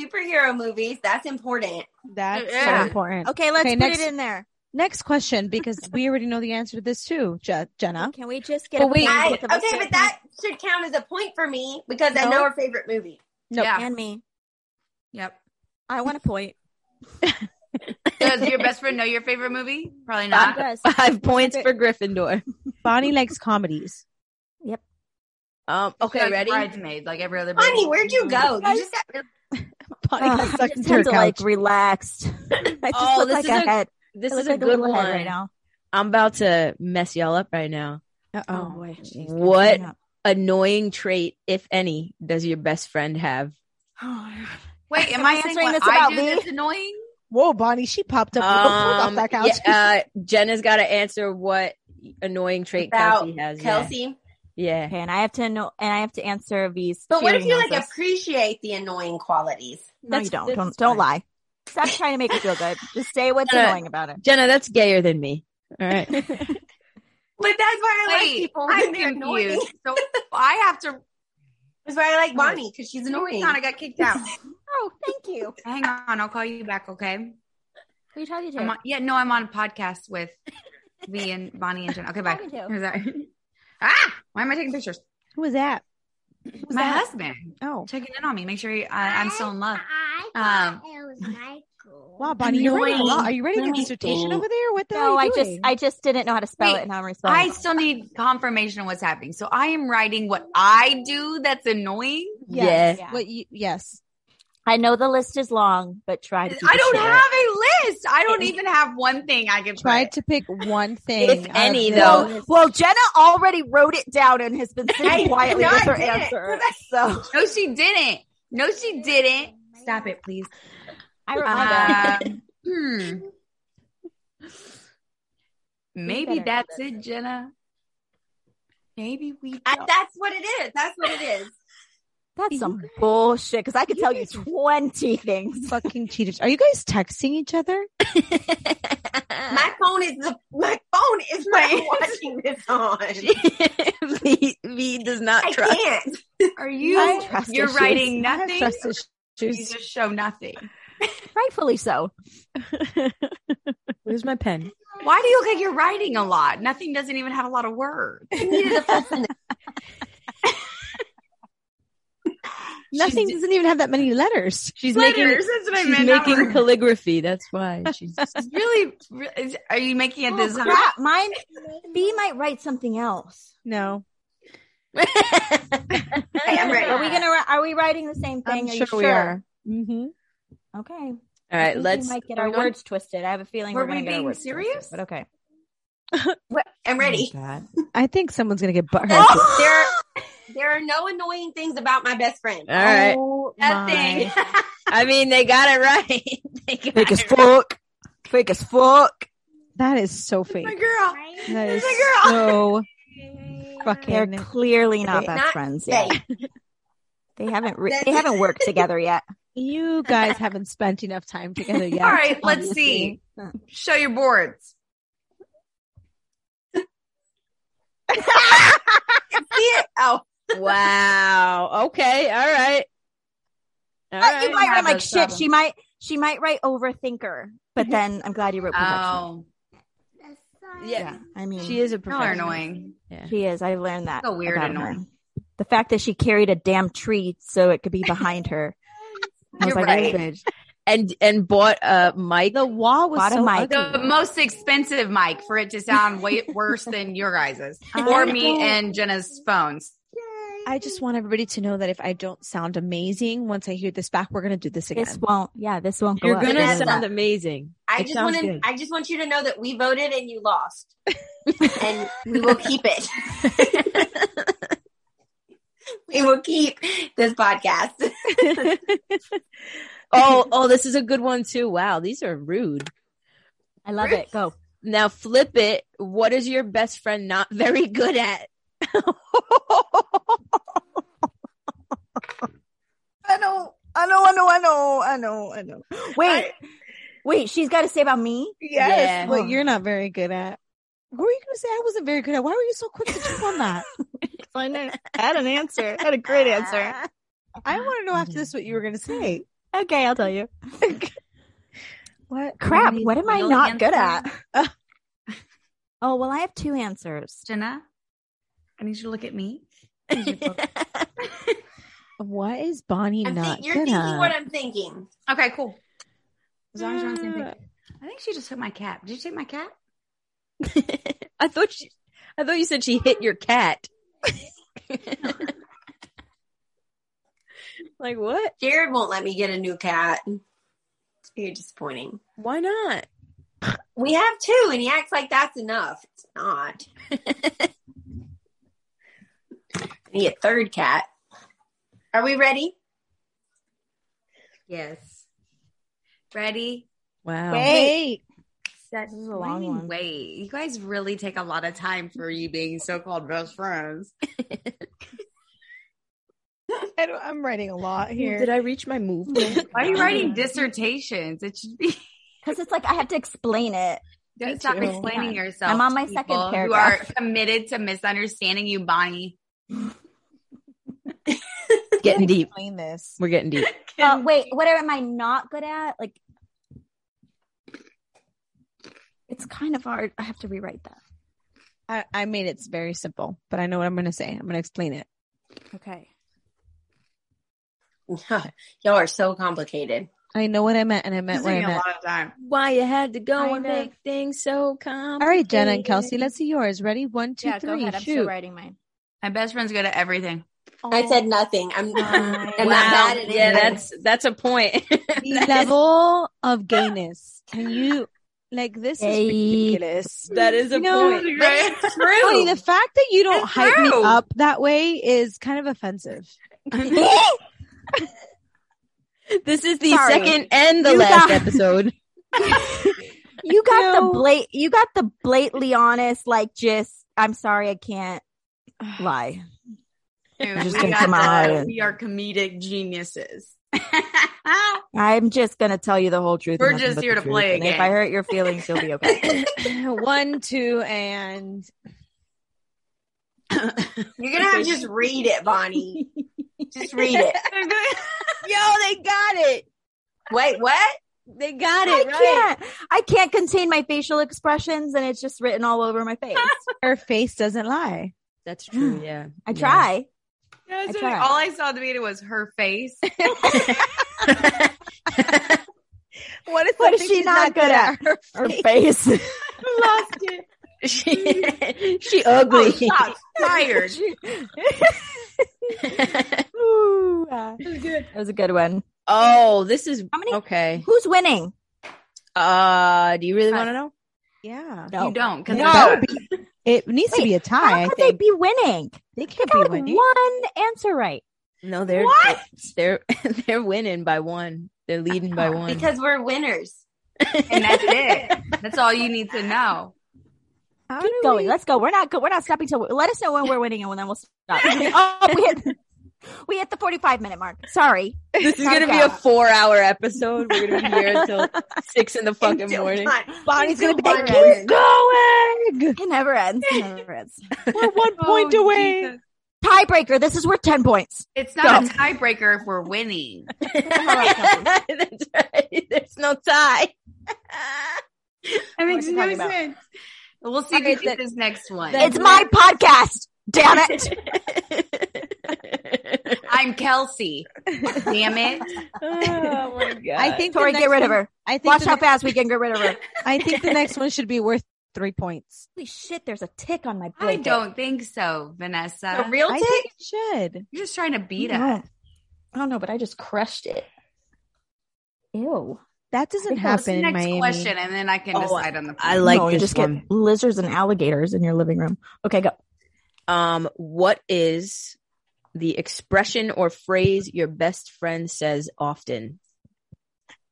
B: superhero movies that's important.
A: That's
E: Yeah.
A: so important.
C: Okay, let's
A: Okay,
C: put
A: next-
C: it in there.
A: Next question, because we already know the answer to this too, Je- Jenna.
C: Can we just get
A: But
C: a
A: wait,
C: playbook
B: I,
C: of a
B: okay,
C: certain-
B: but that should count as a point for me because I
A: No.
B: know her favorite movie.
A: No.
E: Yeah.
C: and me.
E: Yep.
C: I want a point.
E: Does your best friend know your favorite movie? Probably
C: God
E: not.
C: bless.
D: Five points for Gryffindor.
A: Bonnie likes comedies.
D: Um, okay,
E: Like
D: ready?
E: Bridesmaid, like every other.
B: Bonnie,
E: movie.
B: where'd you go? You just got
A: Bonnie
C: Ugh,
A: got
C: I
A: sucked
C: just
A: into her
C: tend to like
A: couch.
C: relaxed. I just
D: Oh,
C: look
D: this
C: like
D: is
C: a
D: a-
C: head.
D: This
C: I look
D: is a
C: like
D: good
C: little
D: one.
C: head right now.
D: I'm about to mess y'all up right now.
A: Uh-oh.
C: Oh, boy. she's
D: What?
C: coming up.
D: Annoying trait, if any, does your best friend have?
E: Wait, am I
C: Am I
E: answering
C: answering
E: what
C: this
E: I
C: about
E: do
C: me?
E: that's annoying?
A: Whoa, Bonnie, she popped up real quick off
D: Um,
A: that couch.
D: yeah, uh, Jenna's got to answer what annoying trait
B: about
D: Kelsey has. yeah.
B: Kelsey.
D: Yeah.
C: Okay, and I have to know, and I have to answer these.
B: But what if
C: cheating
B: you like
C: noises.
B: appreciate the annoying qualities?
C: No, you
D: That's-
C: don't.
D: that's
C: Don't, don't
D: fine.
C: lie. Stop trying to make me feel good. Just say what's
D: Uh,
C: annoying about it.
D: Jenna, that's gayer than me. All right.
B: But that's why I like
E: Wait,
B: people when
E: I'm
B: they're annoying.
E: confused. So I have to.
B: That's why I like Bonnie because she's annoying.
E: Hang on, I got kicked out.
C: Oh, thank you.
E: Hang on, I'll call you back. Okay.
C: Who are you talking to?
E: I'm on, yeah, no, I'm on a podcast with me and Bonnie and Jen. Okay, bye.
C: Talking to.
E: Who's that? Ah, why am I taking pictures?
A: Who was that?
E: My
A: that?
E: husband
A: Oh.
E: checking in on me. Make sure he, I, I'm still in love. Um,
F: I thought it was Michael.
A: Wow, Bonnie, you're writing a
B: Annoying.
A: lot. Are you writing
B: Let
A: a
B: me
A: dissertation
B: think.
A: over there? What the
C: No,
A: hell are
C: I
A: you
C: just,
A: doing?
C: I just didn't know how to spell
E: Wait,
C: it, and how I'm
E: I
C: responding.
E: still need confirmation of what's happening. So I am writing what I do that's annoying.
A: yes.
C: Yeah.
A: What you, yes.
C: I know the list is long, but try to. keep
E: I
C: it
E: don't
C: short.
E: have a list. I don't even have one thing I can
A: Try
E: try.
A: to pick one thing.
D: If
A: out of
D: any,
A: this.
D: though.
C: Well, Jenna already wrote it down and has been sitting
B: I-
C: quietly
B: no,
C: with
B: I
C: her
B: didn't,
C: answer.
B: 'cause I-
C: So
E: No, she didn't. No, she didn't. Stop it, please.
C: I remember.
E: Um, hmm. Maybe
C: better.
E: that's it, Jenna. Maybe we.
B: I,
E: don't.
B: that's what it is. That's what it is.
C: That's some bullshit because I could tell you twenty things.
A: fucking cheaters. Are you guys texting each other?
B: my phone is the my phone is what I'm watching this on.
D: v, v does not
B: I
D: trust.
B: can't.
E: Are you?
C: I trust
E: you're
C: issues.
E: writing
A: I have
E: nothing.
A: trust
E: You
A: issues.
E: just show nothing.
C: Rightfully so.
D: Where's my pen?
E: Why do you look like you're writing a lot? Nothing doesn't even have a lot of words.
B: I needed a full sentence.
A: Nothing doesn't even have that many letters.
D: She's
E: Letters, that's what I
D: making. She's
E: meant, not
D: making
E: words.
D: calligraphy. That's why she's.
E: really, re- is- are you making a design?
C: Oh, Crap, mine. B might write something else.
A: No,
B: I am ready.
C: Are we gonna? ri- Are we writing the same
A: I'm
C: thing?
A: sure,
C: you
A: we are. hmm
C: Okay. All
D: All right, let's.
C: We might get
D: are
C: our
D: we going-
C: words twisted. I have a feeling
E: Were
C: we're gonna
E: we
C: get our
E: being
C: words twisted,
E: serious?
C: but okay.
B: I'm ready.
C: Oh, God.
A: I think someone's gonna get
D: Oh
A: butthurt.
B: There, there are no annoying things about my best friend.
D: All right.
A: Oh
B: Nothing.
D: I mean, they got it right. they got
C: Fake as
D: it right.
C: fuck. Fake as fuck.
A: That is so fake.
E: My girl.
A: That is
E: my
A: so
C: They're
A: fucking.
C: clearly not best
B: Not
C: friends
B: Hey,
C: yet. They haven't. Re-
B: That's-
C: they haven't worked together yet.
A: You guys haven't spent enough time together yet.
E: All right, let's see. Show your boards.
B: see it? Oh,
D: Wow. Okay. All right. All
C: But you
D: right.
C: might write
E: have
C: like
E: those
C: shit.
E: problems.
C: She might. She might write overthinker. But then I'm glad you wrote perfectionist.
E: Oh,
C: yeah, I mean,
D: She is a
E: y'all are
D: professional.
E: annoying.
C: She is. I learned that.
E: So weird
C: about
E: and
C: her.
E: annoying.
C: The fact that she carried a damn tree so it could be behind her. I was
E: You're
C: like, oh,
E: right.
C: bitch.
D: And and bought uh, a mic.
A: The wall was
C: Bought a
A: so
C: mic.
A: ugly.
E: The most expensive mic for it to sound way worse than your guys's
C: I
E: or me
C: don't-
E: and Jenna's phones.
A: I just want everybody to know that if I don't sound amazing once I hear this back, we're gonna do this again.
C: This won't. Yeah, this won't go
D: You're
C: up.
D: gonna
C: This is
D: sound
C: not-
D: amazing.
B: I
D: It
B: just
D: sounds
B: want to.
D: good.
B: I just want you to know that we voted and you lost, and we will keep it. we will keep this podcast.
D: Oh, oh, this is a good one too. Wow, these are rude.
C: I love it. Go.
D: Now flip it. What is your best friend not very good at?
C: I know. I know. I know. I know. I know. I know. Wait. Wait. She's got to say about me.
D: Yes.
A: what you're not very good at. What were you gonna say? I wasn't very good at. Why were you so quick to jump on that?
C: I know. I had an answer. I had a great answer.
A: I want to know after this what you were gonna say.
C: Ah. Okay, I'll tell you.
A: What
C: Crap.
E: Real
C: What am I not good
E: answer.
C: at? oh well, I have two answers.
E: Jenna, I need you to look at me.
A: What is Bonnie
B: I'm
A: not
B: think, you're
A: good
B: thinking
A: at?
B: what I'm thinking.
E: Okay, cool. As long as we're on the same page. I think she just took my cat. Did you take my cat?
D: I thought she, I thought you said she hit your cat. like what?
B: Jared won't let me get a new cat. You're disappointing.
D: Why not?
B: We have two, and he acts like that's enough. It's not. I need a third cat. Are we ready?
E: Yes. Ready?
A: Oh,
D: Wow.
A: Wait,
E: Set.
C: This is a long
E: wait,
C: one.
E: Wait, you guys really take a lot of time for you being so-called best friends.
A: I don't, I'm writing a lot here.
D: Did I reach my move?
E: Why are you writing dissertations? It should be.
C: Because it's like I have to explain it.
E: Don't stop
A: too.
E: explaining
C: Yeah.
E: yourself.
C: I'm on
E: to
C: my second
E: people Who
C: paragraph.
E: are committed to misunderstanding you, Bonnie.
D: Getting deep.
A: explain this?
D: We're getting deep.
C: Uh, wait, what am I not good at? Like, it's kind of hard. I have to rewrite that.
A: I, I made it very simple, but I know what I'm gonna say. I'm gonna explain it.
C: Okay.
B: Y'all are so complicated.
A: I know what I meant, and I
E: It's
A: meant what I
E: taking a
A: meant.
E: lot of time.
D: Why you had to go
C: I
D: and
C: know.
D: make things so calm?
A: All right, Jenna and Kelsey, let's see yours. Ready? One, two,
C: yeah,
A: three.
C: go ahead. I'm still
A: Shoot.
C: writing mine.
E: My best friend's good at everything.
A: Oh,
B: I said nothing. I'm,
C: Wow.
B: I'm not bad at it.
D: yeah, that's that's a point.
A: the level of gayness. Can you like this
C: Gay.
A: is ridiculous.
D: that is a
A: You know,
D: point.
B: That's true.
A: Honey, the fact that you don't
E: It's
A: hype me
E: true.
A: up that way is kind of offensive.
D: This is the
C: Sorry.
D: second and the
C: You
D: last
C: got-
D: episode.
C: You got
A: No.
C: the blat. You got the blatantly honest. Like, just I'm sorry, I can't lie.
E: Dude,
C: just
E: we,
C: gonna
E: got
C: come out
E: the-
C: and-
E: we are comedic geniuses.
C: I I'm just gonna tell you the whole truth. and
E: We're
C: nothing
E: just
C: but
E: here
C: the
E: to play a
C: truth. And If
E: game.
C: I hurt your feelings, you'll be okay.
A: One, two, and
B: You're gonna have to just read it, Bonnie. just read it.
A: yo, they got it.
B: Wait, what?
A: They got
C: I
A: it. Right?
C: can't. I can't contain my facial expressions, and it's just written all over my face.
A: Her face doesn't lie.
D: That's true. Yeah.
C: I try.
E: Yeah, so
C: tried.
E: all I Oh, saw in the video was her face.
A: What is
C: What is
A: something
C: she
A: she's
C: not good at?
A: Her
C: Her
A: face.
C: face.
D: she, she ugly.
E: Shocked, fired.
C: Ooh, uh, That was a good one.
D: oh, this is
C: How many-
D: okay.
C: Who's winning?
D: Uh, do you really want to know?
A: Yeah,
C: No.
E: You don't because
A: No. it needs to
C: Wait,
A: be a
C: How
A: tie. I
C: could they
A: think
C: be winning?
A: they
C: They
A: can't be
C: got
A: winning.
C: one answer right.
D: No, they're
E: What?
D: they're they're winning by one. They're leading by one.
B: Because we're winners.
E: and that's it. That's all you need to know.
A: How
C: Keep
A: do
C: going.
A: we-
C: Let's go. We're not good. We're not stopping till. Let us know when we're winning, and then we'll stop. oh, we hit, we hit the forty-five minute mark. Sorry.
D: this is gonna be a four-hour episode. We're gonna be here until six in the fucking
B: Until
D: morning.
B: Bonnie-
A: Bonnie's gonna be like,
B: Until Bonnie-
A: keep going.
C: It never ends. It never ends.
A: We're one point
E: Oh,
A: away.
E: Jesus.
C: Tiebreaker. This is worth ten points.
E: It's not a tiebreaker if we're winning.
D: That's right. There's no tie.
E: That makes
C: you
E: no
C: talking about?
E: sense. We'll see
D: Okay,
E: if we get
D: the-
E: this next one.
D: the-
C: It's my podcast. Damn it.
E: I'm Kelsey. Damn it.
D: oh my god!
A: I think the
C: Tori,
A: next
C: get rid of
A: one-
C: her.
A: I think
C: Watch
A: the
C: how
A: ne-
C: fast we can get rid of her.
A: I think the next one should be worth three points.
C: Holy shit! There's a tick on my
E: I
C: blanket.
E: don't think so, Vanessa.
B: A real
A: I
B: tick?
A: think it should.
E: You're just trying to beat
C: I
E: us.
C: don't know. I don't know, but I just crushed it. Ew.
A: That doesn't
C: think that was
E: What's the
A: happen in
E: next
A: Miami.
E: question? And then I can
D: Oh,
E: decide on the
D: I like
C: No, you
D: this
C: just
D: one.
C: get lizards and alligators in your living room. Okay, go.
D: um, what is the expression or phrase your best friend says often?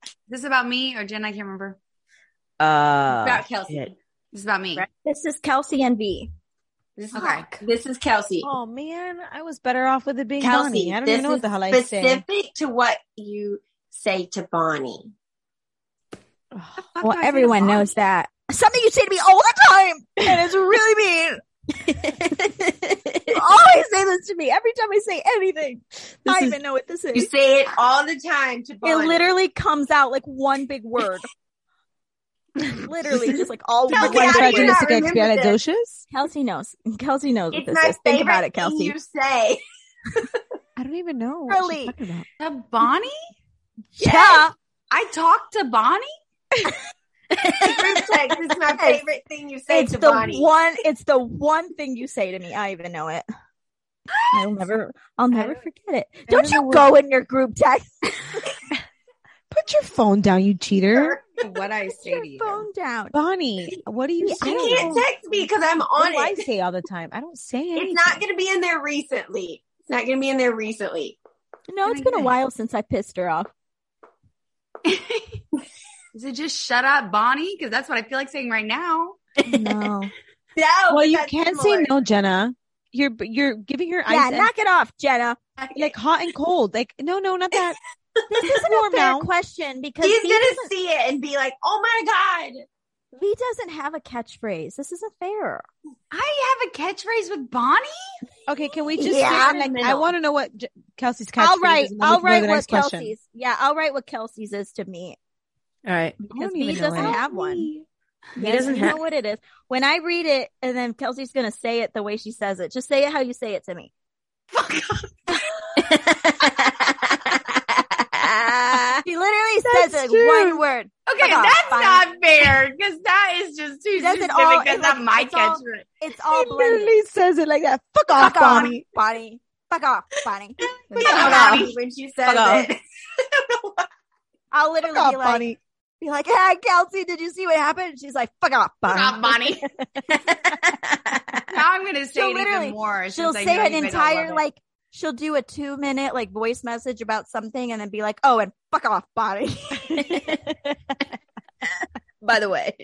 E: Is this about me or Jen? I can't remember.
D: Uh,
B: about Kelsey.
D: shit.
E: This is about me.
D: Right.
C: This is Kelsey and V.
B: This is,
E: Okay.
B: this is Kelsey.
A: Oh man, I was better off with it being
B: Kelsey,
A: Bonnie. I don't
B: this
A: even know
B: is
A: what the hell I say.
B: specific to what you say to Bonnie.
C: Well, everyone knows that. Something you say to me all the time, and it's really mean. You always say this to me every time I say anything. I
D: is-
C: even know what this
B: You
C: is.
B: say it all the time to Bonnie.
C: It literally comes out like one big word. literally, just like all
B: Tell
C: one
B: me how do
C: word.
B: you not remember this?
C: Kelsey knows. Kelsey knows
B: It's
C: what this
B: my
C: is. Think
B: favorite
C: about it,
B: thing
C: Kelsey.
B: you say.
A: I don't even know.
C: what she's Really?
A: talking about.
E: The Bonnie?
C: Yeah.
E: I talked to Bonnie?
B: Group text is my favorite thing you say
C: it's
B: to
C: the
B: Bonnie.
C: one it's the one thing you say to me i even know it i'll never i'll never forget it don't
A: don't
C: you
A: know what-
C: go in your group text
A: Put your phone down, you cheater.
E: What I say
C: your
E: to you.
C: phone down
A: Bonnie, what do you
C: Yeah,
A: say?
B: You can't text me because I'm
A: What
B: on
A: do I
B: it.
A: say all the time? I don't say anything.
B: It's not going to be in there recently. It's not going to be in there recently.
C: no it's been a while since i pissed her off
E: Is it just shut up, Bonnie? Because that's what I feel like saying right now.
C: no
B: No.
A: well, you
B: that's
A: can't
B: similar.
A: say no, Jenna. You're you're giving her
C: yeah
A: eyes and-
C: knock it off jenna
A: like hot and cold. Like no, no, not that.
C: this isn't a
A: warm
C: fair
A: now.
C: question because
B: He's
C: V
B: going to
C: doesn't,
B: see it and be like, oh my God.
C: V doesn't have a catchphrase this isn't fair
E: I have a catchphrase with Bonnie?
A: Okay, can we just?
C: Yeah,
A: say,
C: I'm in
A: like,
C: the
A: I
C: middle.
A: want to know what J- Kelsey's catchphrase
C: i'll write
A: is, and then we can go
C: i'll
A: to
C: write
A: the
C: what
A: next question.
C: kelsey's yeah i'll write what kelsey's is to me
D: All
A: I
D: right.
A: don't
C: because
A: even
C: v
A: know
C: doesn't
A: it.
C: have one Yes,
D: doesn't
C: you
D: have-
C: know what it is. When I read it, and then Kelsey's gonna say it the way she says it. Just say it how you say it to me. She literally says it
A: That's
C: in
A: true.
C: one word.
E: Okay,
C: Fuck off,
E: that's
C: Bonnie.
E: not fair because that is just too
C: Does it
E: specific.
C: all-
E: That's
C: it's
E: not
C: like-
E: my
C: it's all-
E: catchphrase.
C: It's all
A: He
C: blended.
A: literally says it like that. Fuck off,
C: Fuck off,
A: Bonnie.
C: Bonnie. Fuck off, Bonnie.
B: We
C: Fuck
B: don't
C: off.
B: know when she says
D: off.
B: it.
C: I'll literally
A: Fuck off,
C: be like,
A: Bonnie.
C: be like, "Yeah, Kelsey, did you see what happened?" She's like, "Fuck off, Bonnie."
E: Not Bonnie. now I'm gonna say
C: She'll
E: it
C: literally-
E: even more.
C: She'll
E: since I
C: say
E: know
C: an
E: you guys all
C: entire
E: love it.
C: like. She'll do a two minute like voice message about something and then be like, "Oh, and fuck off, Bonnie."
D: By the way,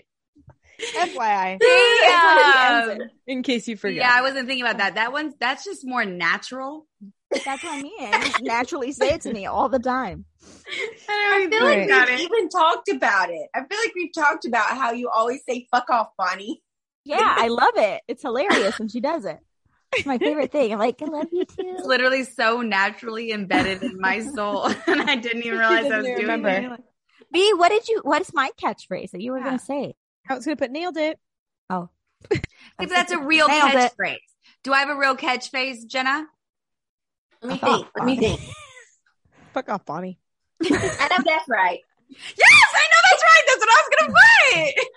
A: FYI.
C: That's
E: Damn.
D: in case you forgot.
E: Yeah, I wasn't thinking about that. That one's that's just more natural.
C: That's what I mean. I just naturally say it to me all the time.
E: I,
B: feel feel like
A: Right.
E: Got
B: we've
E: it.
B: even talked about it. I feel like we've talked about how you always say "fuck off, Bonnie."
C: Yeah, I love it. It's hilarious when she does it. It's my favorite thing. I'm like, I love you
E: It's
C: too.
E: literally so naturally embedded in my soul, and I didn't even realize I was doing it.
C: B, what did you? What is my catchphrase that you were
E: Yeah.
C: gonna say?
A: I was gonna put nailed it.
E: Yeah, but that's a real
C: Nailed it.
E: catchphrase. Do I have a real catchphrase, Jenna?
B: Let me
C: Fuck
B: think. Let me
C: Bonnie.
B: think.
A: Fuck off, Bonnie.
B: I know that's right.
E: Yes, I know that's right. That's what I was gonna put.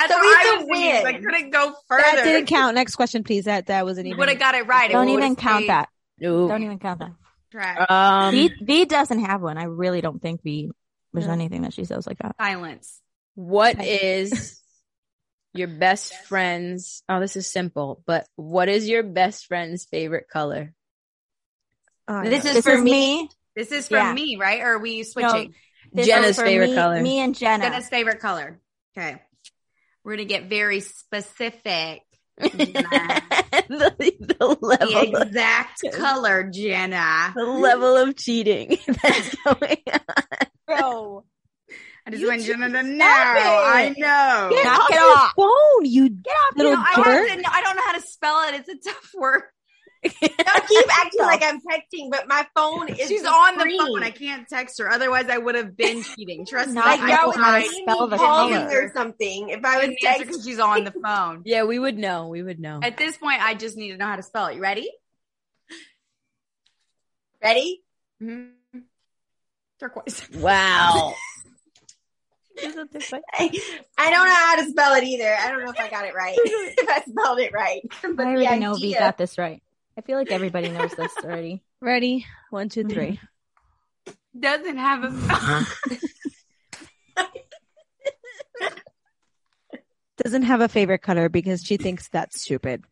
E: That's
B: So
E: what I
B: it's a
E: was thinking, so I
B: win.
E: couldn't go
A: That didn't
E: further.
A: count. Next question, please. That that wasn't even.
E: Would have got it right. It
C: Don't
E: would've
C: even count
E: stayed
C: that.
D: Ooh.
C: Don't even count that.
E: correct.
D: um,
C: V, v doesn't have one. I really don't think V. There's anything that she says like that.
E: Silence.
D: What is your best friend's? Oh, this is simple, but what is your best friend's favorite color?
A: Oh,
E: This
A: no.
E: is
C: This
E: for
C: is
E: me.
C: me.
E: This is from
C: Yeah.
E: me, right? Or are we switching?
C: This
D: Jenna's
C: is for
D: favorite
C: me-
D: color.
C: Me and Jenna.
E: Jenna's favorite color. Okay. We're gonna get very specific. Jenna.
D: the, the level,
E: the
D: of,
E: exact color, Jenna.
D: the level of cheating that's going on.
A: Bro,
E: I just
A: You
E: want Jenna to know. I
A: it.
E: know.
A: get
C: Knock
A: off
C: it
A: your
C: off.
A: phone, you little
E: no, I,
A: jerk.
E: have to, no, I don't know how to spell it. It's a tough word.
B: Don't keep acting like I'm texting, but my phone is.
E: She's
B: the
E: on
B: screen.
E: the phone. I can't text her. Otherwise, I would have been cheating. Trust
C: No,
E: me.
B: Like
C: I
B: y'all
C: don't know how to
B: would see
C: spell
B: me
C: the
B: calling
E: color.
B: or something if
E: I
B: I was
E: wouldn't answer
B: texting.
E: because she's on the phone.
D: Yeah, we would know. We would know.
E: At this point, I just need to know how to spell it. You ready?
B: Ready?
E: Mm-hmm. Turquoise.
D: Wow.
B: I, I don't know how to spell it either. I don't know if I got it right. if I spelled it right, but
C: I
B: the
C: already know V
B: idea-
C: got this right. I feel like everybody knows this already.
A: Ready? One, two, three.
E: Doesn't have a phone.
A: Mm-hmm. Doesn't have a favorite color because she thinks that's stupid.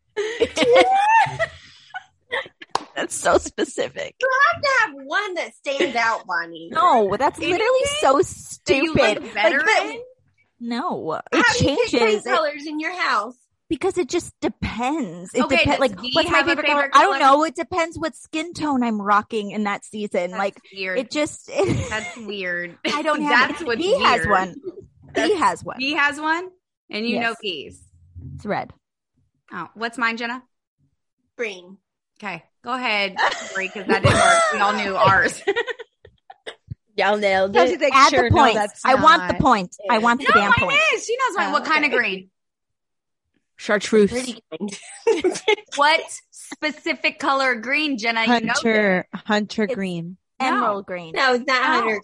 D: that's so specific.
B: have to have one that stands out, Bonnie.
C: No, that's literally so
E: Do you
C: stupid.
E: look better
C: but-
E: in?
C: No,
B: how
C: it
B: do you pick three
C: changes It-
B: colors in your house?
C: because it just depends. It
E: Okay,
C: depends.
E: does
C: Like,
E: V
C: what's my
E: have a
C: favorite,
E: favorite
C: color? I don't
E: color?
C: know. It depends what skin tone I'm rocking in that season.
E: That's
C: like,
E: weird.
C: it just.
E: That's weird.
C: I don't have.
E: That's
C: it.
E: what's
C: V has
E: weird.
C: one. V has one.
E: He has one, and you know
C: Yes.
E: V's.
C: It's red.
E: Oh, what's mine, Jenna?
B: Green.
E: Okay, go ahead, because that didn't work. We all knew ours.
D: Y'all nailed
A: Kelsey
D: it.
A: thinks,
C: Add
A: sure,
C: the
A: no,
C: points.
A: that's
C: I want the
A: not
C: point. I
D: it.
C: want the
E: no,
C: damn
E: mine
C: point.
E: is. She knows mine.
A: Oh,
E: what kind of green?
D: Chartreuse.
E: What specific color of green, Jenna? You know
A: Hunter, Hunter
C: It's-
A: Green.
E: No.
C: Emerald green.
B: No, it's not Hunter.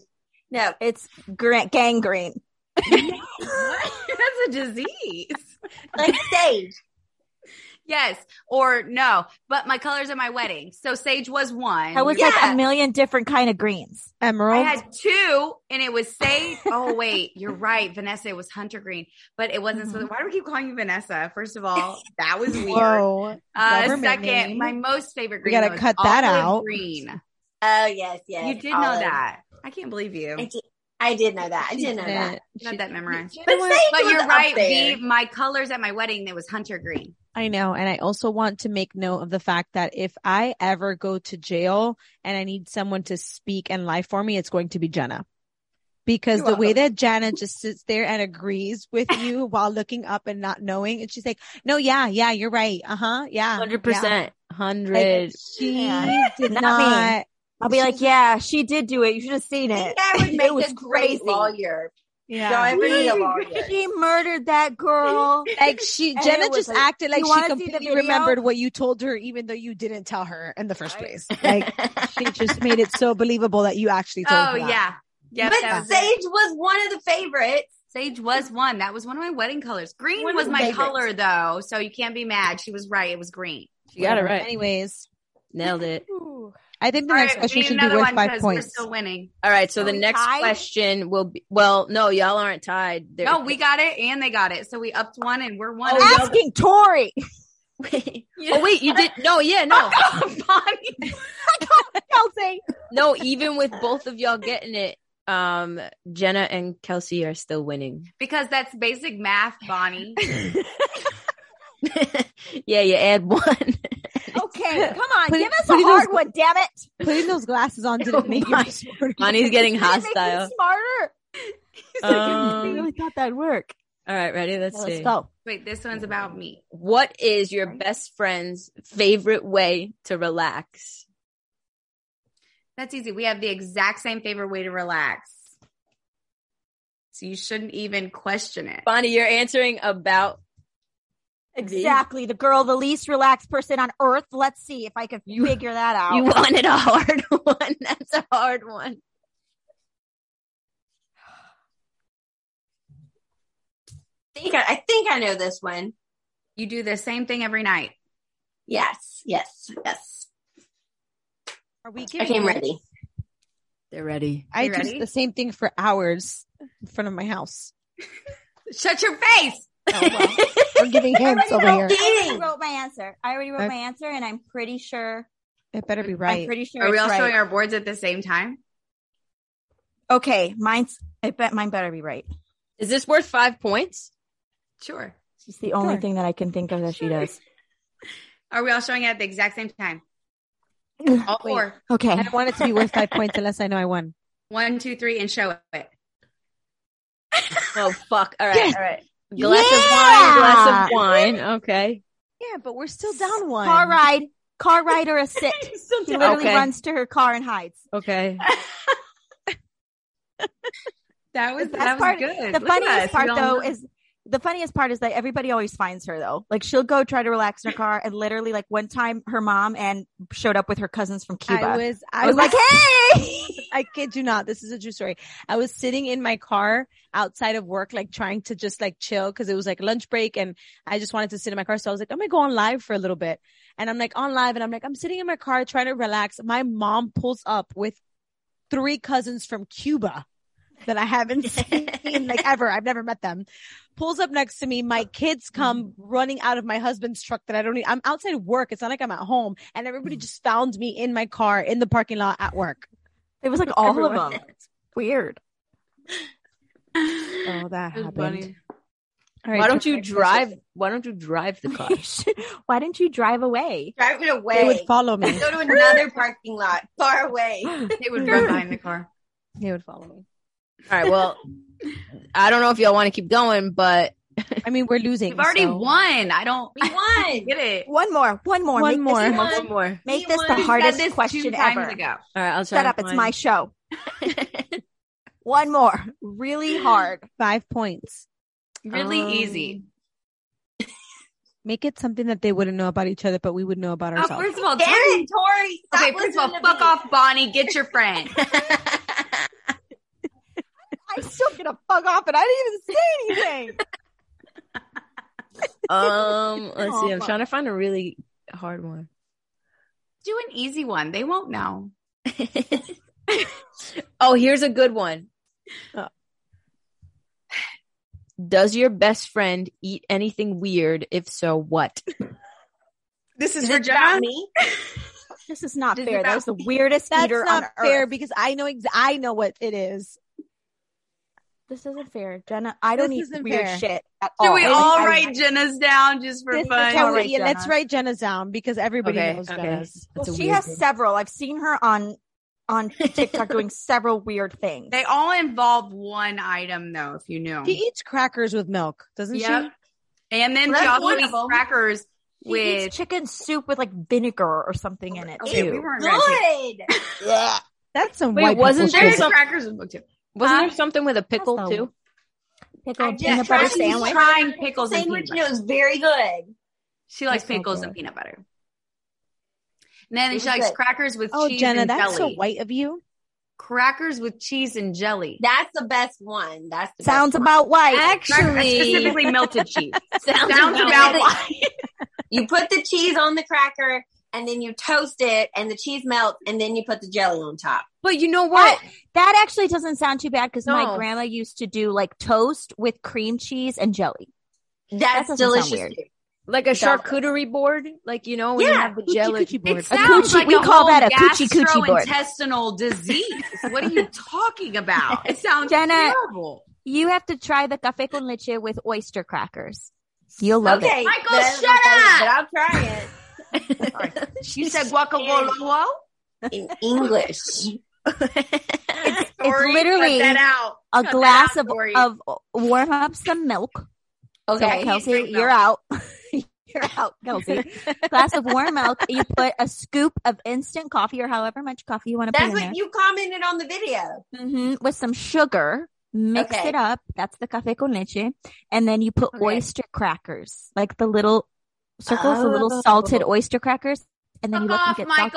B: No,
C: It's gra- gang green.
E: that's a disease.
B: like sage.
E: Yes or no, but my colors at my wedding. So sage was one.
C: I was like
B: Yeah.
C: a million different kind of greens.
E: I
A: Emerald.
E: had two, and it was sage. Oh wait, you're right. Vanessa it was hunter green, but it wasn't. So why do we keep calling you Vanessa? First of all, that was weird.
A: Whoa.
E: Uh,
A: Government
E: second,
A: name.
E: my most favorite
A: We
E: green.
A: gotta
E: though is
A: cut that
E: olive
A: out.
E: Green.
B: Oh yes, yes.
E: You did know
B: olive.
E: that. I can't believe you.
B: I did, I did know that. I did know that.
E: Not that memorized.
B: But sage
E: But
B: was
E: you're
B: up
E: right,
B: there.
E: V. My colors at my wedding that was hunter green.
A: I know. And I also want to make note of the fact that if I ever go to jail and I need someone to speak and lie for me, it's going to be Jenna. Because
B: You're
A: the way that Jenna just sits there and agrees with you while looking up and not knowing, and she's like, no, yeah, yeah, you're right. Uh huh. Yeah.
D: Hundred
A: yeah."
D: percent.
A: Like,
D: Hundred.
A: she
C: Yeah.
A: did
C: Not
A: not.
C: me. I'll be like, yeah, she did do it. You should have seen
B: I
C: it.
B: think I would
C: It
B: make
C: was
B: a
C: crazy.
B: great lawyer. Y'all
A: Yeah.
B: ever need a lawyer?
C: She murdered that girl.
A: Like she,
C: And it
A: Jenna
C: was
A: just
C: like,
A: acted like
C: "You
A: she
C: wanna see the
A: completely
C: video?"
A: remembered what you told her, even though you didn't tell her in the first place. Like she just made it so believable that you actually told
E: Oh
A: her. that.
E: yeah, yeah. that
B: But
E: was it.
B: sage was one of the favorites.
E: Sage was one. That was one of my wedding colors. Green
B: One of
E: was
B: the
E: my
B: favorites.
E: color though, so you can't be mad. She was right. It was green.
D: You got it right.
A: Anyways,
D: Nailed it.
A: I think the
E: All
A: next
E: right, we
A: question
E: need
A: should be
E: another
A: worth
E: one
A: five
E: because we're
A: points.
E: still winning.
D: All right. So
C: Are
D: the
C: we
D: next
C: tied?
D: question will be. Well, no, y'all aren't tied. They're-
E: No, we got it and they got it. So we upped one and we're one.
C: Asking Tori.
D: Oh wait, you did. No, yeah, no,
E: Bonnie.
C: Kelsey.
D: no. Even with both of y'all getting it, um, Jenna and Kelsey are still winning.
E: Because that's basic math, Bonnie.
D: yeah, you add one.
C: Okay, come on,
A: Put-
C: give us
A: put
C: a
A: it in
C: hard
A: those-
C: one, damn it. Oh
A: Putting those glasses on didn't make you
D: my-
A: smarter.
D: Money's getting
C: Did it make you
D: hostile.
C: smarter. I
D: Um,
C: really thought that'd work.
D: all right, ready? Let's,
C: Now let's
D: see.
C: go.
E: Wait, this one's about me.
D: What is your best friend's favorite way to relax?
E: That's easy. We have the exact same favorite way to relax. So you shouldn't even question it.
D: Bonnie, you're answering about
C: Exactly, the girl, the least relaxed person on earth. Let's see if I can
D: You-
C: figure that out.
D: you wanted a hard one. That's a hard one.
B: think I, I think I know this one.
E: You do the same thing every night.
B: Yes, yes, yes.
A: Are we
B: I
A: getting
B: came ready.
D: They're ready.
A: I
E: You
A: do
E: ready?
A: the same thing for hours in front of my house.
E: Shut your face.
A: I'm giving hints over here.
C: I already wrote my answer. I already wrote
A: Okay.
C: my answer, and I'm pretty sure.
A: It better be
C: I'm
A: right.
C: pretty sure.
E: Are we
C: it's
E: all
C: right.
E: showing our boards at the same time?
C: Okay, mine's. I bet mine better be right.
D: Is this worth five points?
E: Sure.
C: She's the only
A: Sure.
C: thing that I can think of that she does.
E: Are we all showing it at the exact same time? All
A: Wait.
E: four.
C: Okay.
A: I don't want it to be worth five points unless I know I won.
E: One, two, three, and show it.
D: Oh fuck! All right,
A: Yes.
D: all right. Glass
C: Yeah.
D: of wine, glass of wine. Okay.
A: Yeah, but we're still down one.
C: Car ride, car ride, or a sit. She literally
D: Okay.
C: runs to her car and hides.
D: Okay.
E: That was
C: The
E: that
C: best
E: was
C: part-
E: good.
C: The
E: Look at us.
C: funniest part,
E: We all
C: though,
E: know.
C: is the funniest part is that everybody always finds her though. Like she'll go try to relax in her car, and literally, like one time, her mom and showed up with her cousins from Cuba.
A: I was, I,
C: I was like, hey.
A: I kid you not. This is a true story. I was sitting in my car outside of work, like trying to just like chill because it was like lunch break and I just wanted to sit in my car. So I was like, I'm going to go on live for a little bit. And I'm like on live and I'm like, I'm sitting in my car trying to relax. My mom pulls up with three cousins from Cuba that I haven't seen like ever. I've never met them. Pulls up next to me. My kids come running out of my husband's truck that I don't need. I'm outside of work. It's not like I'm at home. And everybody just found me in my car in the parking lot at work.
C: It was like all of
D: Everyone.
C: them. It's weird.
A: Oh, that
E: It was
A: happened.
E: funny.
A: All right,
D: Why
A: so
D: don't you
A: next
D: drive? Why don't you drive the car?
C: Why didn't you drive away?
B: Drive it
A: question, They
B: away.
A: would follow me.
B: Go to another parking lot far away.
E: They would run behind the car.
A: they would follow me.
D: All right. Well, I don't know if y'all want to keep going, but
A: I mean, we're losing.
E: We've already
A: so-
E: won. I don't
B: We won.
E: get it.
C: One more, one more,
A: One
C: Make
A: more.
C: This,
D: one, one more. All
C: make
B: We
C: this
B: won.
C: the
B: You
E: We said
C: hardest
E: this two
C: question
E: times
C: ever.
E: ago.
D: right. I'll try
C: Shut
D: to
C: up! It's
D: find-
C: my show. One more, really hard.
A: five points.
E: Really
D: Um,
E: easy.
A: Make it something that they wouldn't know about each other, but we would know about
E: Oh,
A: ourselves.
E: first of all,
B: Damn
E: Tori-
B: it, Tori. Stop
E: okay. First of all,
B: listening to
E: fuck
B: me.
E: off, Bonnie. Get your friend.
C: I'm still gonna fuck off, and I didn't even say anything.
D: um. Let's see. I'm
C: Aw.
D: trying to find a really hard one.
E: Do an easy one. They won't know.
D: oh, here's a good one.
A: Oh.
D: Does your best friend eat anything weird? If so, what?
E: This is,
B: Is
E: for
B: it about
E: Jenna.
B: me?
C: This is not
E: This is
C: fair.
E: about-
C: that was the weirdest
A: That's
C: eater
A: not
C: on
A: fair
C: earth.
A: because I know ex- I know what it is.
C: This isn't fair, Jenna. I don't
A: This
C: eat
A: isn't
C: weird
A: fair.
C: shit at all.
E: Should we
C: I- Oh,
E: all
C: I-
E: write Jenna's down just for
A: This is
E: fun?
A: how
C: All
A: we-
C: right,
A: yeah, let's
C: Jenna.
A: write Jenna's down because everybody knows Jenna's.
D: That's
C: Well,
D: a
C: she
D: weird
C: has
D: one.
C: several. I've seen her on on TikTok doing several weird things.
E: They all involve one item, though. If you knew,
A: She eats crackers with milk, doesn't
E: Yep. and then
B: Well,
E: she
B: that's
E: also
B: one of
E: eats
B: them.
E: crackers
C: She
E: with.
C: eats chicken soup with like vinegar or something in it
E: Okay, we
C: too.
E: weren't ready.
B: Good.
A: she? That's some
D: Wait,
A: white
D: wasn't
A: people
D: there
E: There's
A: shit.
D: some-
E: crackers with book too.
D: Wasn't
E: Huh?
D: there something with a pickle
C: That's the-
D: too?
B: I
C: Pickled
B: just
C: peanut
B: tried
C: butter
B: to
C: sandwich.
B: try-
E: trying pickles and
B: Sandwich,
E: peanut
B: you know,
E: butter.
B: is very good.
E: She likes
C: That's not
E: pickles
C: good.
E: and peanut butter. And then
B: It
E: she
B: was
E: likes
B: good.
E: crackers with
A: Oh,
E: cheese
A: Jenna,
E: and
A: that's so
E: jelly.
A: white of you.
E: Crackers with cheese and jelly.
B: That's the best one. That's the
C: Sounds
B: best
C: about right.
E: Crackers-
D: Actually,
E: specifically melted cheese.
D: sounds
E: Sounds
D: about
E: about
D: right.
E: why.
B: one. You put the cheese on the cracker and then you toast it and the cheese melts and then you put the jelly on top.
D: But you know what?
C: That actually doesn't sound too bad because
D: No.
C: my grandma used to do like toast with cream cheese and jelly.
B: That's
C: doesn't sound
B: delicious.
C: weird.
B: too.
D: Like a
B: Without-
D: charcuterie board, like you know, when you
B: Yeah,
D: have the
A: Coochie
D: jelly.
A: coochie
E: It
A: board.
C: A
E: sounds
C: coochie-
E: like
C: we
E: a
C: call
E: whole
C: that a coochie coochie board.
E: gastrointestinal disease. What are you talking about? It sounds
C: Jenna-
E: terrible.
C: You have to try the cafe con leche with oyster crackers. You'll love
B: okay,
E: Michael,
B: but I don't
E: shut
B: know if I- But I'll try it.
D: You said Waka Wolo Wo?
B: in English.
E: Tori, cut
C: literally
E: that out.
C: it. A
E: Cut that
C: glass
E: out,
C: of,
E: Tori.
C: of warm up some milk.
B: Okay.
C: So,
E: He
C: Kelsey,
E: drank milk.
C: you're out. you're out, Kelsey. glass of warm milk. You put a scoop of instant coffee or however much coffee you want to put
B: That's
C: in there.
B: what you commented on the video.
C: hmm with some sugar. Mix
B: Okay.
C: it up. That's the cafe con leche. And then you put
B: Okay.
C: oyster crackers, like the little circles, the little salted oyster crackers. And then you
E: Fuck
C: let them
E: off,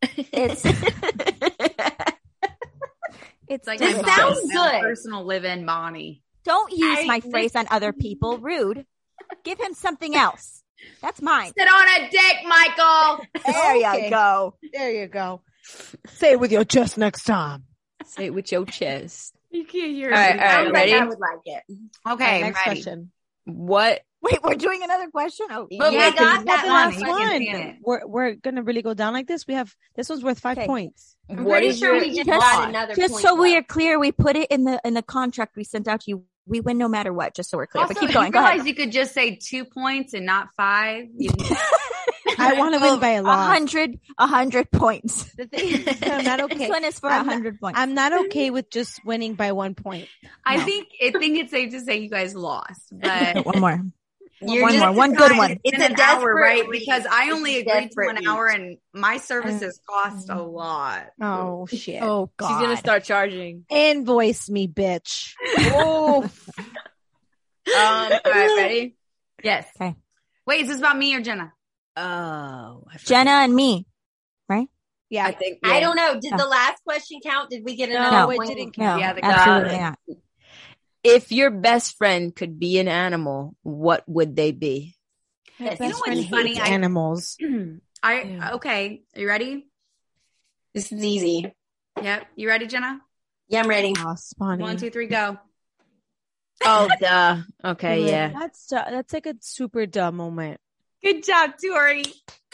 C: get salty.
E: Michael.
C: It's it's like
E: Like
B: This
E: my
B: sounds
E: mom's
B: good.
E: Personal live-in, Bonnie.
C: don't use
B: I-
C: my phrase on other people. Rude. Give him something else. That's mine.
E: Sit on a dick, Michael.
C: There
A: Okay.
C: you go.
A: There you go. Say it with your chest next time.
D: Say it with your chest.
E: You can't hear
D: All right, all right,
B: Sounds
D: ready?
B: Like I would like it.
A: All right,
E: Okay,
A: next
E: ready.
A: question.
D: What?
C: Wait, we're doing another question. Oh,
E: But
B: Yeah,
E: we got
B: because
E: that
A: That's
E: last
A: the
E: one. I can
A: last
E: stand
A: one.
E: it.
A: We're we're gonna really go down like this. We have this one's worth five
C: Okay.
A: points.
B: I'm
D: what
B: pretty
D: is
B: sure
D: your?
B: we just
C: Just-
B: got another
C: just
B: point
C: so we
B: though.
C: are clear, we put it in the in the contract we sent out to you. We win no matter what. Just so we're clear,
E: Also,
C: but keep going.
E: You
C: Go
E: realize
C: ahead.
E: you could just say two points and not five. You-
A: I want to win by a
C: A
A: lot.
C: hundred, a hundred points.
A: The thing is, I'm not
C: This
A: okay.
C: one is for a
A: I'm not-
C: hundred points.
A: I'm not okay with just winning by one point.
E: I
C: No.
E: think I think it's safe to say you guys lost, but
C: one more.
B: You're
C: One
B: just-
C: more, one good one.
B: It's
E: It's
B: a
E: an hour,
B: desperate
E: right?
B: reach.
E: Because I
B: It's
E: only
B: a
E: agreed to
B: desperate
E: an hour,
B: reach.
E: and my services
C: Uh,
E: cost a
C: mm.
E: lot.
A: Oh shit!
C: Oh God!
D: She's gonna start charging.
A: Invoice me, bitch.
D: Oh. um. All right, ready?
E: Yes.
C: Okay.
E: Wait, is this about me or Jenna?
D: Oh, I forgot.
C: Jenna and me.
A: Yeah.
D: I think
B: I
D: yeah.
B: don't know. Did
C: No.
B: the last question count? Did we get
A: No,
B: another
A: it
B: point?
A: didn't
C: No,
A: count.
E: Yeah, the
C: absolutely
D: guy.
C: not.
D: If your best friend could be an animal, what would they be?
B: Yes.
E: You know
A: Best
E: what's
A: friend
E: funny?
A: hates
E: I-
A: Animals.
E: I
D: Yeah.
E: okay. Are you ready?
B: This is easy.
E: Yep. You ready, Jenna?
B: Yeah, I'm ready.
A: Oh, spawning.
E: One, two, three, go.
D: Oh, duh. Okay, yeah.
A: That's du- that's like a super dumb moment.
E: Good job, Tori.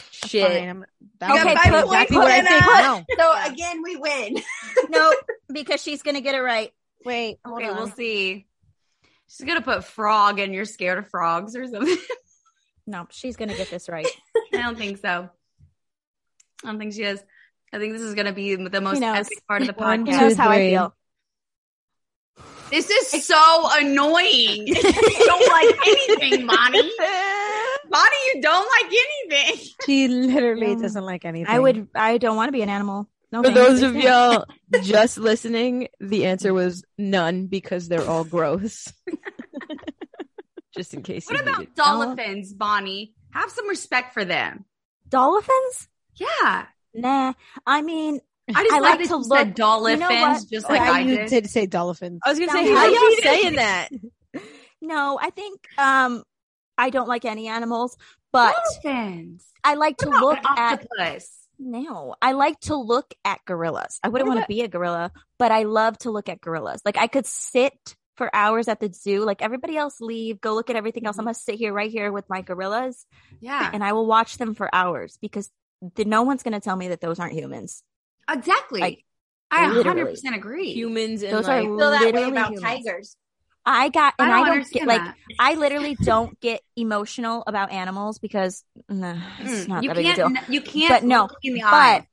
D: Shit.
A: Fine, I'm-
E: got
C: Okay,
A: was
E: five
C: put,
E: points,
C: put
A: what I
C: it
A: think.
C: up.
A: No,
B: So again, we win.
C: No, because she's gonna get it right.
A: wait. Hold
E: Okay,
A: on.
E: we'll see. She's gonna put frog and you're scared of frogs or something.
C: No, she's gonna get this right.
E: I don't think so. I don't think she is. I think this is gonna be the most
C: knows?
E: epic part of the
A: One,
C: Who
E: podcast.
A: two,
C: knows how I
A: three.
C: feel?
E: This is so annoying. You don't like anything, Bonnie. Bonnie, you don't like anything.
A: She literally
C: No.
A: doesn't like anything.
C: I would. I don't want to be an animal. No,
D: For
C: thanks.
D: those of y'all just listening, the answer was none because they're all gross. just in case.
E: What
D: you
E: about
D: needed.
E: dolphins, Bonnie? Have some respect for them.
C: dolphins?
E: Yeah.
C: Nah. I mean,
E: I just
C: I
E: like
C: like
E: that
C: to
E: you said
C: look-
E: dolphins,
C: you know what?
E: just like
A: Wow,
E: I
A: you
E: did.
A: did say dolphins.
D: I was gonna
C: Sounds
D: say, how
C: like
D: y'all
C: you
D: saying that?
C: no. I think um, I don't like any animals, but
E: dolphins.
C: I like to
E: What about
C: look
E: an
C: at
E: octopus?
C: no. I like to look at gorillas. I wouldn't
D: What
C: want to be a gorilla, but I love to look at gorillas. Like I could sit for hours at the zoo. Like everybody else, leave. Go look at everything else. I'm gonna sit here right here with my gorillas,
E: Mm-hmm. Yeah.
C: and I will watch them for hours because the, no one's gonna tell me that those aren't humans.
E: Exactly.
C: Like,
E: I
C: literally.
E: 100% agree.
D: Humans and
C: Those are
D: like,
B: Feel that way
C: literally
B: about
C: humans.
B: tigers.
C: I got
E: I
C: and
E: don't,
C: I don't, get
E: understand
C: like
E: that.
C: I literally don't get emotional about animals because nah, it's
E: Mm,
C: not
E: you
C: that big a
E: can't.
C: deal.
E: You can't.
C: But no,
E: look in the
C: but
E: eye.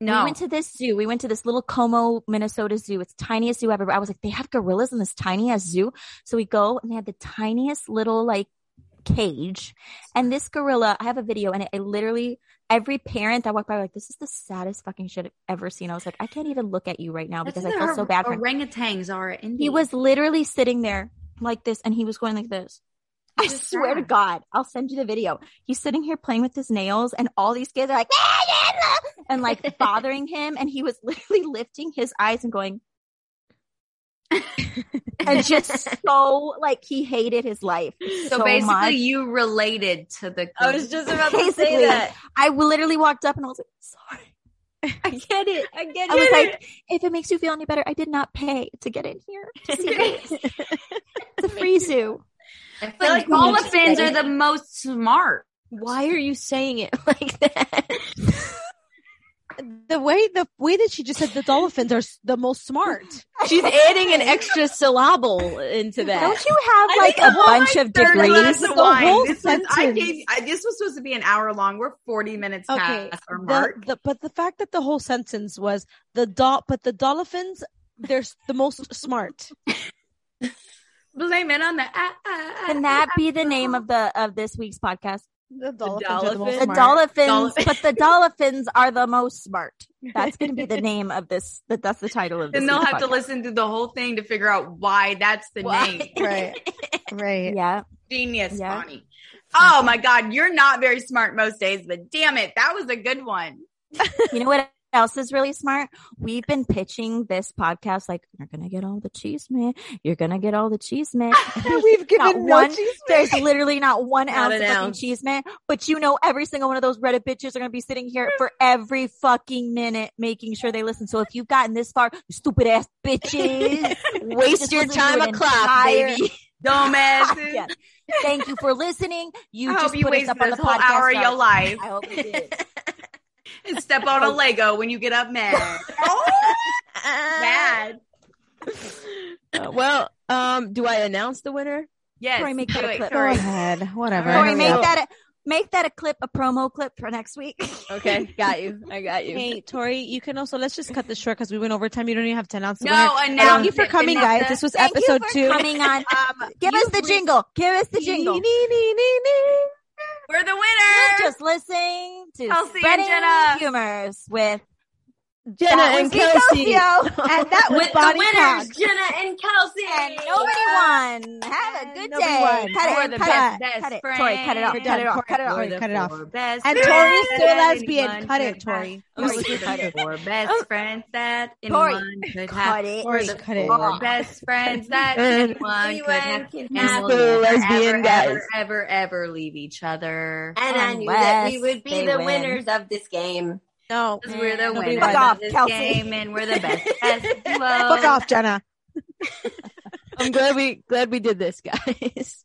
C: We
E: no.
C: went to this zoo. We went to this little Como, Minnesota zoo. It's tiniest zoo ever. But I was like, they have gorillas in this tiny ass zoo. So we go and they had the tiniest little like cage. And this gorilla, I have a video and it, I literally every parent that walked by were like, this is the saddest fucking shit I've ever seen. I was like, I can't even look at you right now
E: That's
C: because I
E: what
C: feel
E: our-
C: so bad for him.
E: orangutans are in.
C: He was literally sitting there like this and he was going like this. I
E: Just
C: swear to
E: sad.
C: God, I'll send you the video. He's sitting here playing with his nails and all these kids are like, "Ah, yeah, yeah," and like bothering him. And he was literally lifting his eyes and going, and just so like he hated his life so,
E: So, basically,
C: much.
E: you related to the.
D: I was just about to say
C: Basically,
D: that.
C: I literally walked up and I was like, sorry.
D: I get it. I get
C: I was
D: it.
C: like, if it makes you feel any better, I did not pay to get in here. to see this. It's a free zoo.
B: I feel
E: but
B: like
E: like
B: we need to
E: dolphins
B: say-
E: are the most smart.
D: why are you saying it like that?
A: the way the way that she just said the dolphins are s- the most smart.
D: She's adding an extra syllable into that.
C: Don't you have
E: I
C: like
E: think
C: a
E: I want
C: bunch of
E: Third glass
C: degrees?
E: of
A: the
E: wine.
A: whole
E: This, is, I
A: sentence.
E: gave, I, this was supposed to be an hour long. We're 40 minutes
A: Okay,
E: past our
A: the-
E: mark.
A: the- but the fact that the whole sentence was the dol, but the dolphins, they're s- the most smart.
E: Blame it on the. ah, ah, ah,
C: Can that be the name of the of this week's podcast?
A: The
E: dolphins.
C: The
E: Smart.
C: dolphins,
E: Dolphin.
C: but the dolphins are the most smart. That's going to be the name of this. That that's the title of this.
E: Then they'll
C: week's
E: have to
C: podcast.
E: listen to the whole thing to figure out why that's the
D: Why?
E: name.
A: right, right.
C: Yeah,
E: Genius,
C: Yeah.
E: Bonnie. Oh my God, you're not very smart most days, but damn it, that was a good one.
C: you know what else is really smart? We've been pitching this podcast like you're going to get all the cheese, man. You're going to get all the cheese, man.
A: We've
C: Not
A: given no
C: one.
A: cheese-
C: There's literally not one
D: Not
C: ounce
D: an
C: of fucking
D: ounce.
C: cheese, man. But you know, every single one of those Reddit bitches are going to be sitting here for every fucking minute, making sure they listen. So if you've gotten this far, you stupid ass bitches,
D: Waste your time
C: a
D: o'clock, baby.
E: Dumbasses.
C: Yes. Thank you for listening. You
E: I
C: just
E: hope you
C: put us
E: wasted
C: up on the
E: this whole
C: podcast.
E: hour of your
C: chart.
E: life
C: I hope you did.
E: and step on a
C: Oh.
E: Lego when you get up mad. oh, bad.
D: Uh, well, um, do I announce the winner?
E: Yes.
C: Corey, make
E: do
C: that a
E: it,
C: clip. Oh,
A: Go
E: Corey.
A: ahead, whatever.
E: All right,
C: Corey,
A: Hurry
C: make
A: up.
C: that a, make that a clip, a promo clip for next week.
D: Okay, got you. I got you.
A: Hey, Tori, you can also let's just cut this short because we went over time. You don't even have to announce the winner.
E: No, announce
A: Thank you
E: it,
A: for coming,
E: Vanessa.
A: guys. This was
C: Thank you
A: episode
C: for
A: two.
C: Coming on.
E: Um,
C: Give
E: you
C: us the
E: win.
C: jingle. Give us the jingle.
A: Nee, nee, nee, nee, nee.
E: We're the winner.
C: Just listening to
E: Kelsey and
C: spreading
E: Jenna.
C: humors with
D: Jenna
C: that
D: and
C: was
D: Kelsey.
C: Ecosio.
A: And that was
B: With the
A: Bonnie
B: winners,
A: Cox.
B: Jenna and Kelsey.
C: and nobody won. Have a
A: And
C: good
A: nobody
C: day.
A: won.
C: Cut
E: We're
C: it.
E: the
C: Cut
E: best,
C: it.
E: best
C: Cut it. Tori, cut it off.
E: friends.
C: Cut it off. Cut it
A: We're
C: off.
A: Tori,
E: the
A: cut it off.
E: four Best
A: And
E: friends
A: Tori's still
E: that
A: lesbian.
E: anyone
A: Cut
E: could
A: it, Tori.
E: have.
D: I'm
E: We're
D: sorry.
E: the four
C: Oh.
E: best friends that
C: Tori,
E: anyone could have.
C: Cut
A: Tori,
C: it.
E: We're the
A: cut it.
E: four best friends that
D: And
E: anyone could have.
B: Anyone can
E: And
B: have
E: we'll
D: the
E: never,
D: lesbian
E: ever,
D: guys.
E: ever, ever, ever leave each other.
B: And I knew that we
C: Unless
B: would
C: they
B: be the
C: win.
B: winners of this game.
A: No.
E: Because we're the
A: Nobody
E: winners
A: won.
E: of
C: Fuck off,
E: this
C: Kelsey.
E: game, and we're the best, best duo.
A: Fuck off, Jenna.
D: I'm glad we glad we did this, guys.